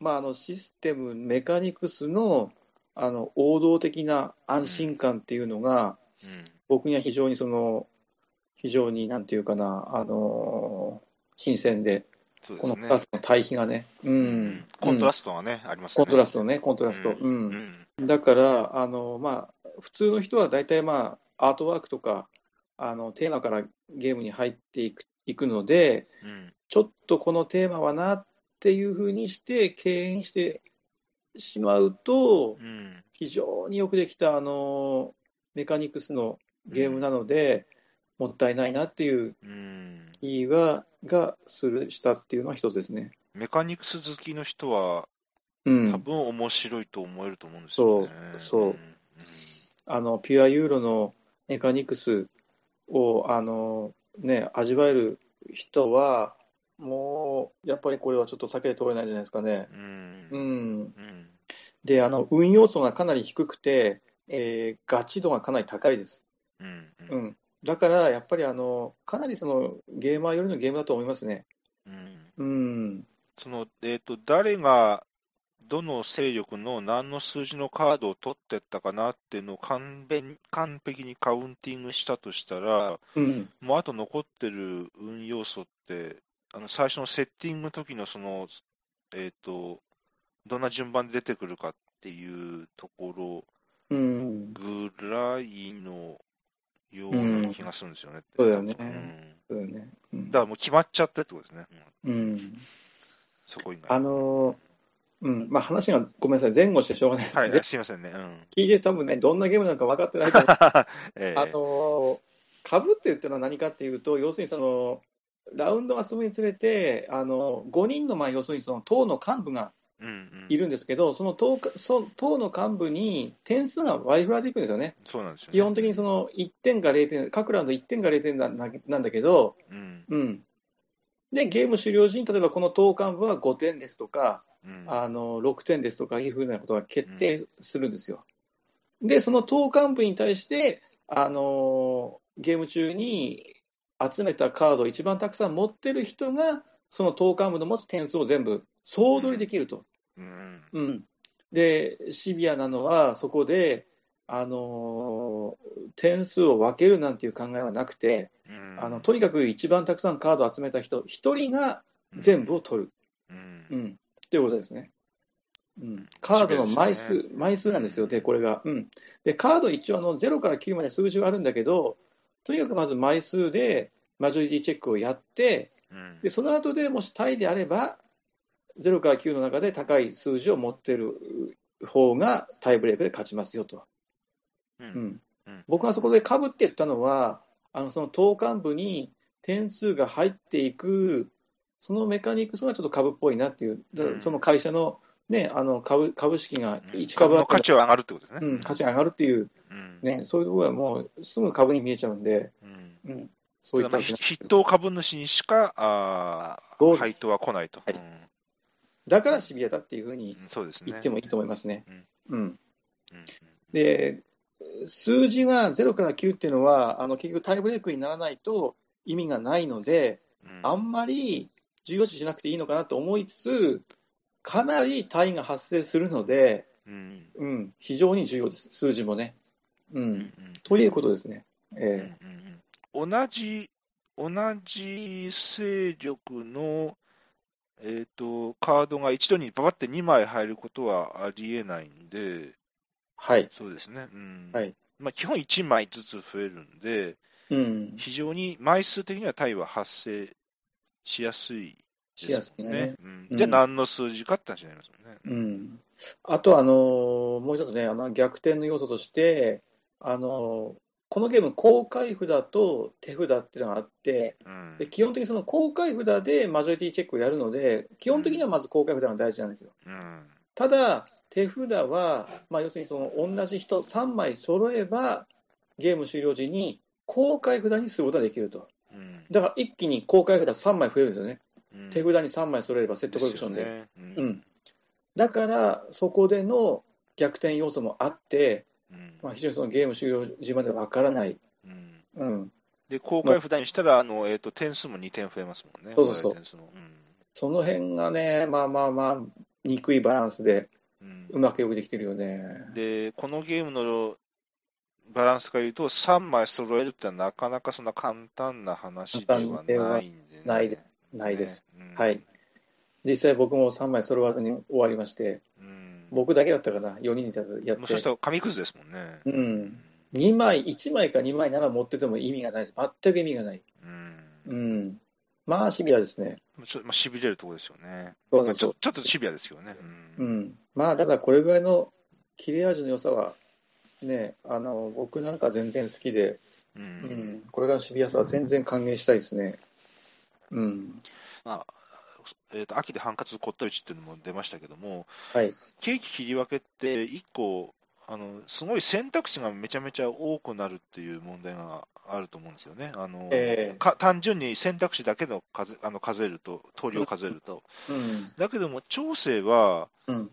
S2: まあ、あのシステム、メカニクスのあの王道的な安心感っていうのが、
S1: うん
S2: 僕には非常にその非常になんていうかなあのー新鮮で
S1: そうで
S2: この
S1: す
S2: 2
S1: ね
S2: つ。の対比がねう
S1: うんコントラ
S2: ス
S1: ストがね、あります
S2: ト、
S1: ね。
S2: コントラストねコントラスト
S1: う
S2: うん、
S1: うん
S2: だからあのまあ普通の人は大体まあアートワークとかあのテーマからゲームに入っていくいくので
S1: うん
S2: ちょっとこのテーマはなっていうふうにして敬遠してしまうと
S1: うん
S2: 非常によくできたあのメカニクスのゲームなので、もったいないなっていう
S1: うん
S2: 気はがするしたっていうのは一つですね。
S1: メカニクス好きの人は、
S2: うん
S1: 多分面白いと思えると思うんですよね。
S2: そうそうん
S1: ん
S2: あのピュアユーロのメカニクスをあの、ね、味わえる人は、もうやっぱりこれはちょっと避けて通れないんじゃないですかね。
S1: うん
S2: う
S1: うん
S2: ん、
S1: うん
S2: であの、運用素がかなり低くて、えーガチ度がかなり高いです。
S1: うんうん
S2: う、ん、だからやっぱりあのかなりそのゲーマー寄りのゲームだと思いますね。
S1: うん
S2: うん、
S1: その、えっ、と、誰が、どの勢力の何の数字のカードを取ってったかなっていうのを完全完璧にカウンティングしたとしたら、
S2: うん、
S1: もうあと残ってる運要素って、あの最初のセッティングの時のその、えっ、と、どんな順番で出てくるかっていうとこ
S2: うん、
S1: ろぐらいのような気がするんですよね。
S2: うんそうだよね
S1: うん
S2: そうだよね。うん
S1: だからもう決まっちゃってってことですね。うん
S2: うん
S1: そこ以外。
S2: あのうんまあ、話がごめんなさい、前後してしょうがない、
S1: はい、
S2: ぜ
S1: すいませんね。
S2: [LAUGHS]
S1: うん。
S2: 聞いて、多分ね、どんなゲームなのか分かってないと思う
S1: ええ
S2: あのかぶってるっていうのは何かっていうと、要するにそのラウンドが進むにつれて、あの5人の前、要するにその党の幹部が
S1: うんうん
S2: いるんですけど、その党かその党の幹部に点数が割り振られていくんですよね、
S1: そうなんですよ、ね。
S2: 基本的にその1点が0点、各ラウンド1点が0点なななんだけど、
S1: うん、
S2: うん、でゲーム終了時に、例えばこの党幹部は5点ですとか、
S1: うん、
S2: あの6点ですとかいうふうなことが決定するんですよ。で、その党幹部に対して、あのゲーム中に集めたカードを一番たくさん持ってる人が、その党幹部の持つ点数を全部総取りできると。
S1: うん、
S2: うん、で、シビアなのは、そこで、あの点数を分けるなんていう考えはなくて、
S1: うん、
S2: あのとにかく一番たくさんカードを集めた人、1人が全部を取る。
S1: うん、
S2: う
S1: うん、
S2: ん、ということですね。うん、カードの枚数、
S1: シビア
S2: 枚数なんですよ、で、これが。うん、で、カード一応あの、0から9まで数字はあるんだけど、とにかくまず枚数でマジョリティチェックをやって、
S1: うん
S2: でその後でもしタイであれば、0から9の中で高い数字を持ってる方がタイブレイクで勝ちますよと。
S1: う、
S2: うんん
S1: うん、
S2: 僕がそこでかぶって言ったのは、あのその党幹部に点数が入っていく、そのメカニクスがちょっと株っぽいなっていう、だ
S1: うん
S2: その会社の,、ね、あの株株式が1
S1: 株
S2: 株あ
S1: の
S2: った
S1: 価
S2: ら、
S1: 値は上がるってことです
S2: う
S1: ね。
S2: ん、価値が上がるっていう、
S1: うん、
S2: ね、そういうところはもうすぐ株に見えちゃうんで、
S1: うん。
S2: うん、そうい
S1: た
S2: っ
S1: だま
S2: た
S1: あ、ひ筆頭株主にしか、あ
S2: そう
S1: あ、
S2: です
S1: 配当は来ないと。
S2: はい
S1: うん
S2: だからシビアだっていうふうに
S1: うん、そうですね。
S2: 言ってもいいと思いますね。うん、
S1: うん、うん、
S2: で数字が0から9っていうのはあの結局タイブレークにならないと意味がないので、
S1: うん、
S2: あんまり重要視しなくていいのかなと思いつつ、かなり単位が発生するので、
S1: うん、
S2: うん、非常に重要です、数字もね。う、
S1: うん、うんん、
S2: ということですね。
S1: うん
S2: え
S1: うんうん同じ、同じ勢力の、えー、とカードが一度にばばって2枚入ることはありえないんで、
S2: ーはい、
S1: そうですね、うん
S2: はい
S1: まあ、基本1枚ずつ増えるんで、
S2: うん、
S1: 非常に枚数的にはタイは発生しやすい
S2: し
S1: で
S2: や
S1: す
S2: す
S1: も
S2: い
S1: ん
S2: ね
S1: ね。。うん
S2: うん
S1: じゃあ、何の数字かって話になりますもんね。
S2: うん、あと、あのーもう一つね、あの逆転の要素として、あのーこのゲーム、公開札と手札っていうのがあって、
S1: うん
S2: で基本的にその公開札でマジョリティチェックをやるので、基本的にはまず公開札が大事なんですよ。
S1: うん
S2: ただ、手札は、まあ、要するにその同じ人3枚揃えば、ゲーム終了時に公開札にすることができると。
S1: うん
S2: だから一気に公開札3枚増えるんですよ
S1: う
S2: ね。
S1: ん
S2: 手札に3枚揃えればセットコレクションで。
S1: すよねうん
S2: うん、だから、そこでの逆転要素もあって、
S1: うん
S2: まあ、非常にそのゲーム終了時までわからない。
S1: うん
S2: うん。
S1: で、公開札にしたら、あの、えっ、と、点数も2点増えますもんね。
S2: そうそうそう
S1: 我々点数も。う
S2: その辺がね、まあまあまあ、憎いバランスで、
S1: ん。
S2: うまくよくできてるよね
S1: うん。で、このゲームのバランスから言うと、3枚揃えるってのはなかなかそんな簡単な話ではないんで、ね。
S2: ないでないです。
S1: ね。うん
S2: はい。実際僕も3枚揃わずに終わりまして、
S1: うん。も
S2: 僕だけだったかな、4人でやっ
S1: うそした
S2: て、
S1: ら紙くずですもんね。
S2: うん、2枚、1枚か2枚なら持ってても意味がないです、全く意味がない、
S1: うん。
S2: うん、まあシビアですね、
S1: ちょまあ、しびれるところですよね。
S2: そ
S1: ま
S2: うそ
S1: あ
S2: う
S1: ち
S2: そ
S1: ょ
S2: う、
S1: ちょっとシビアですけどね。
S2: う
S1: うん
S2: ん、まあただこれぐらいの切れ味の良さは、ね、あの僕なんか全然好きで、
S1: う
S2: うんん、これぐらいのシビアさは全然歓迎したいですね。うん、
S1: まあ、えーと秋でハンカチこったりちっていうのも出ましたけども、
S2: はい
S1: ケーキ切り分けって一個あの、すごい選択肢がめちゃめちゃ多くなるっていう問題があると思うんですよね。あの
S2: ええ
S1: か単純に選択肢だけの数あの数えると、通りを数えると。
S2: うん
S1: だけども、調整は、
S2: うん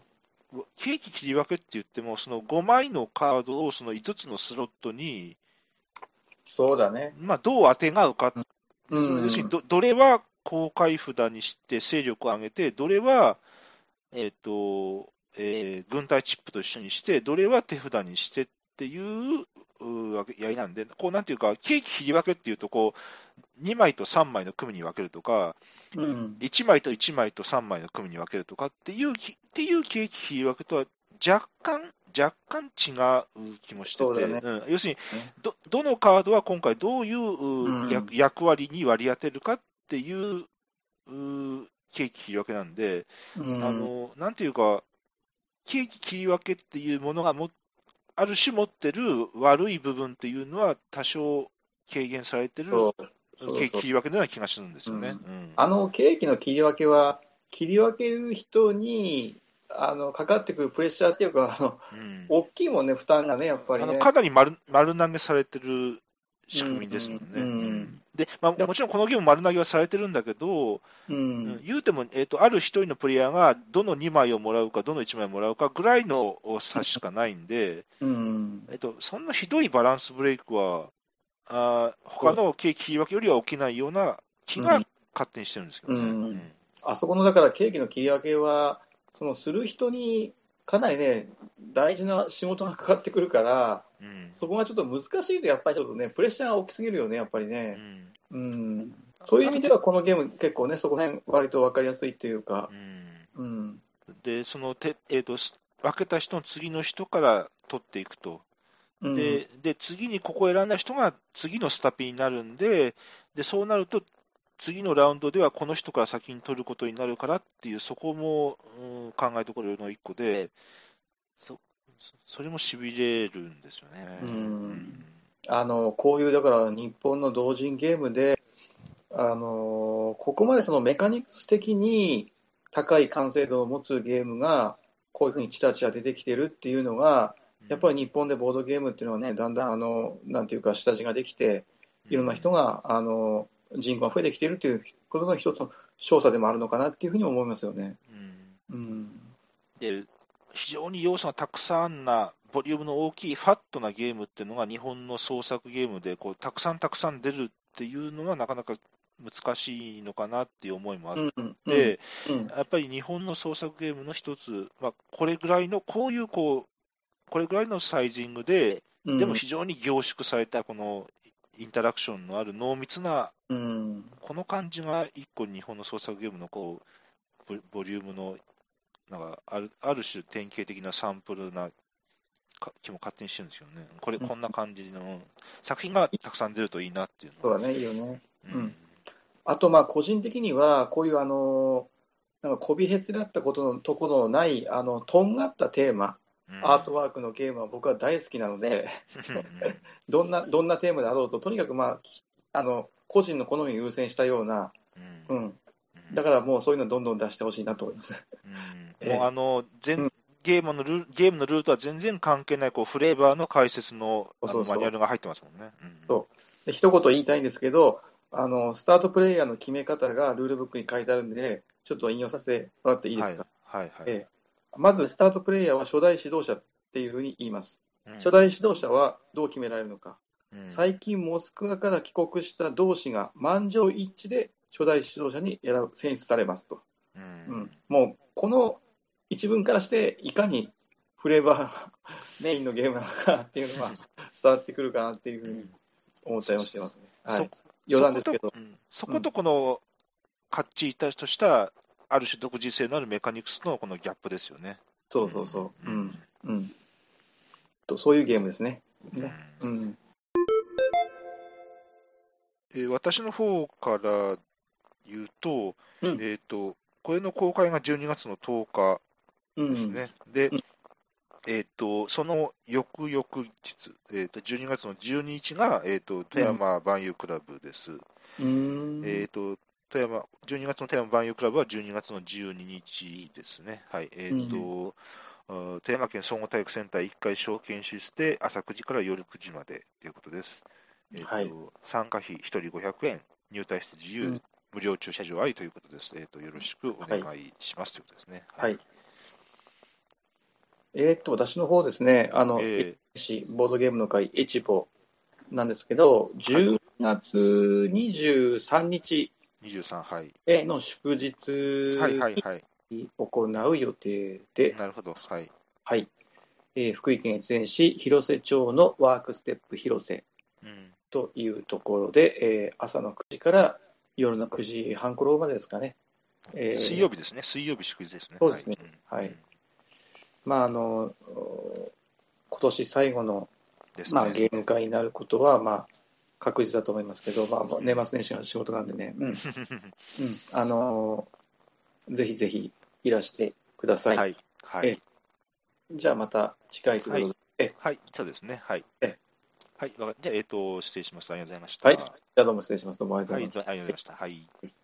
S1: ケーキ切り分けって言っても、その5枚のカードをその5つのスロットに、
S2: そうだね。
S1: まあ、どう当てがうかっ
S2: うん
S1: 要するにどどれは公開札にして勢力を上げて、どれは、えーとえー軍隊チップと一緒にして、どれは手札にしてっていううわけやりなんで、こうなんていうか、ケーキ切り分けっていうとこう、2枚と3枚の組に分けるとか、
S2: うん
S1: 1枚と1枚と3枚の組に分けるとかっていうきっていうケーキ切り分けとは若干、若干違う気もして
S2: そうだ
S1: て、
S2: よね
S1: うん要するにど、どのカードは今回どういう
S2: うん
S1: う役役割に割り当てるかっていううケーキ切り分けなんで、
S2: うん
S1: あのなんていうか、ケーキ切り分けっていうものがもある種持ってる悪い部分っていうのは多少軽減されてる
S2: そう
S1: ケ
S2: そう
S1: ーキ切り分けのような気がするんですよね。
S2: うん
S1: うん
S2: あのケーキの切り分けは、切り分ける人にあのかかってくるプレッシャーっていうか、あの
S1: うん
S2: 大きいもんね、負担がね、やっぱり
S1: あの
S2: ね。
S1: かなり丸丸投げされてる仕組みですもんね。
S2: うんうん
S1: で、まあ、もちろんこのゲーム、丸投げはされてるんだけど、
S2: う
S1: うん
S2: ん
S1: 言うても、えーと、ある一人のプレイヤーがどの2枚をもらうか、どの1枚もらうかぐらいの差しかないん
S2: [LAUGHS]
S1: で、
S2: うん
S1: えーと、そんなひどいバランスブレイクは、あー他のケーキ切り分けよりは起きないような気が
S2: うん
S1: 勝手にしてるんですけどね。
S2: うんあそこのだからケーキの切り分けは、そのする人にかなりね、大事な仕事がかかってくるから、
S1: うん
S2: そこがちょっと難しいと、やっぱりちょっとね、プレッシャーが大きすぎるよね、やっぱり
S1: う
S2: ね。
S1: ん
S2: うん、そういう意味では、このゲーム、結構ね、そこら辺割と分かりやすいっていうか
S1: う、ん
S2: うん、
S1: で、そのて、えーと、す分けた人の次の人から取っていくと。
S2: うん
S1: で、で次にここ選んだ人が次のスタピになるんで、でそうなると、次のラウンドではこの人から先に取ることになるからっていう、そこも、うん、考えどころの一個で、そそれもしびれるんですよね。
S2: うん
S1: うん
S2: あのこういうだから日本の同人ゲームで、あのここまでそのメカニクス的に高い完成度を持つゲームがこういうふうにちらちら出てきてるっていうのがやっぱり日本でボードゲームっていうのはねだんだんあのなんていうか下地ができていろんな人が、あの人口が増えてきてるっていうことの一つの調査でもあるのかなっていうふうに思いますよね。
S1: うん
S2: うん、
S1: で、非常に要素がたくさんな、ボリュームの大きい、ファットなゲームっていうのが、日本の創作ゲームでこう、たくさんたくさん出るっていうのは、なかなか難しいのかなっていう思いもあっ
S2: う
S1: て。
S2: んうんうん
S1: やっぱり日本の創作ゲームの一つ、まあ、これぐらいの、こういうこう、これぐらいのサイジングで、
S2: うん
S1: でも非常に凝縮された、このインタラクションのある濃密な、
S2: うん
S1: この感じが一個、日本の創作ゲームのこうボボリュームの、なんかあるある種、典型的なサンプルなか気も勝手にしてるんですよね、これ、
S2: うん
S1: こんな感じの作品がたくさん出るといいなっていうの
S2: そう
S1: は
S2: だねいいよね。
S1: う
S2: うんんあとまあ個人的にはこういうあのなんかこびへつらったことのところのないあのとんがったテーマ
S1: うん
S2: アートワークのゲームは僕は大好きなので [LAUGHS] どんなどんなテーマであろうととにかくまあきあの個人の好みを優先したような、
S1: うん
S2: う
S1: うん
S2: ん、
S1: うん
S2: だからもうそういうのどんどん出してほしいなと思います。
S1: うん
S2: え
S1: も
S2: え
S1: うあの全、
S2: うん
S1: ゲームのルーゲームのルートは全然関係ないこうフレーバーの解説のあの
S2: そうそうそう
S1: マニュアルが入ってますもんね。うん
S2: そうで一言言いたいんですけどあのスタートプレイヤーの決め方がルールブックに書いてあるんでちょっと引用させてもらっていいですか、
S1: はいはいはい。
S2: えまずスタートプレイヤーは初代指導者っていうふうに言います。
S1: うん
S2: 初代指導者はどう決められるのか、
S1: うん
S2: 最近モスクワから帰国した同士が満場一致で初代指導者に選ぶ選出されますと、
S1: うん
S2: うん、もうこの一文からしていかにフレーバー [LAUGHS] メインのゲームなのかっていうのは伝わってくるかなっていうふうに思ったりもしてますね、はい、余談ですけど
S1: そこと、うんそことこの、かっちりとした、ある種独自性のあるメカニクスのこのギャップですよね。
S2: そうそうそう、うんんうん、とそういうゲームですね、
S1: うん
S2: ねうん、
S1: えー私の方から言うと、
S2: うん
S1: えっ、と、これの公開が12月の10日。
S2: うん
S1: ですね。で
S2: うん、
S1: えっ、と、その翌々日、えっ、と、12月の12日が、えっ、と、富山万有クラブです。
S2: うん
S1: えっ、と、富山、12月の富山万有クラブは12月の12日ですね。はい。えっ、と、あ富山県総合体育センター1階小研修室で朝9時から夜9時までということです。えっ、と、
S2: はい
S1: 参加費1人500円、入退室自由、
S2: うん
S1: 無料駐車場ありということです。えっ、と、よろしくお願いします、ということですね。
S2: はい。えーっと、私の方ですね、あの、
S1: え
S2: しボードゲームの会、エチボなんですけど、10月23日
S1: ー、23、はい。
S2: えーの祝日
S1: はいはいはい。
S2: に行う予定で、
S1: なるほど。はい。
S2: はいえー福井県越前市広瀬町のワークステップ広瀬
S1: うん。
S2: というところで、えー朝の9時から夜の9時半頃までですかね、えー
S1: 水曜日ですね。水曜日祝日ですね。
S2: そうですね
S1: はい。
S2: はい
S1: うん
S2: まああのお今年最後の、
S1: ですね。
S2: まあ、ゲー
S1: [LAUGHS]
S2: ム会になることは、まあ、確実だと思いますけど、まあ、もう年末年始の仕事なんでね、うんうんあのぜひぜひいらしてください。
S1: はい。は
S2: え
S1: い。
S2: じゃあまた次回ということで、
S1: はい。そうですね。はい
S2: え。
S1: はい。わかじゃあ、えっ、と、失礼しました。ありがとうございました。
S2: はいじゃあどうも失礼します。どうもありがとうござい
S1: は
S2: ます
S1: い。。ざありがとうございました。はい。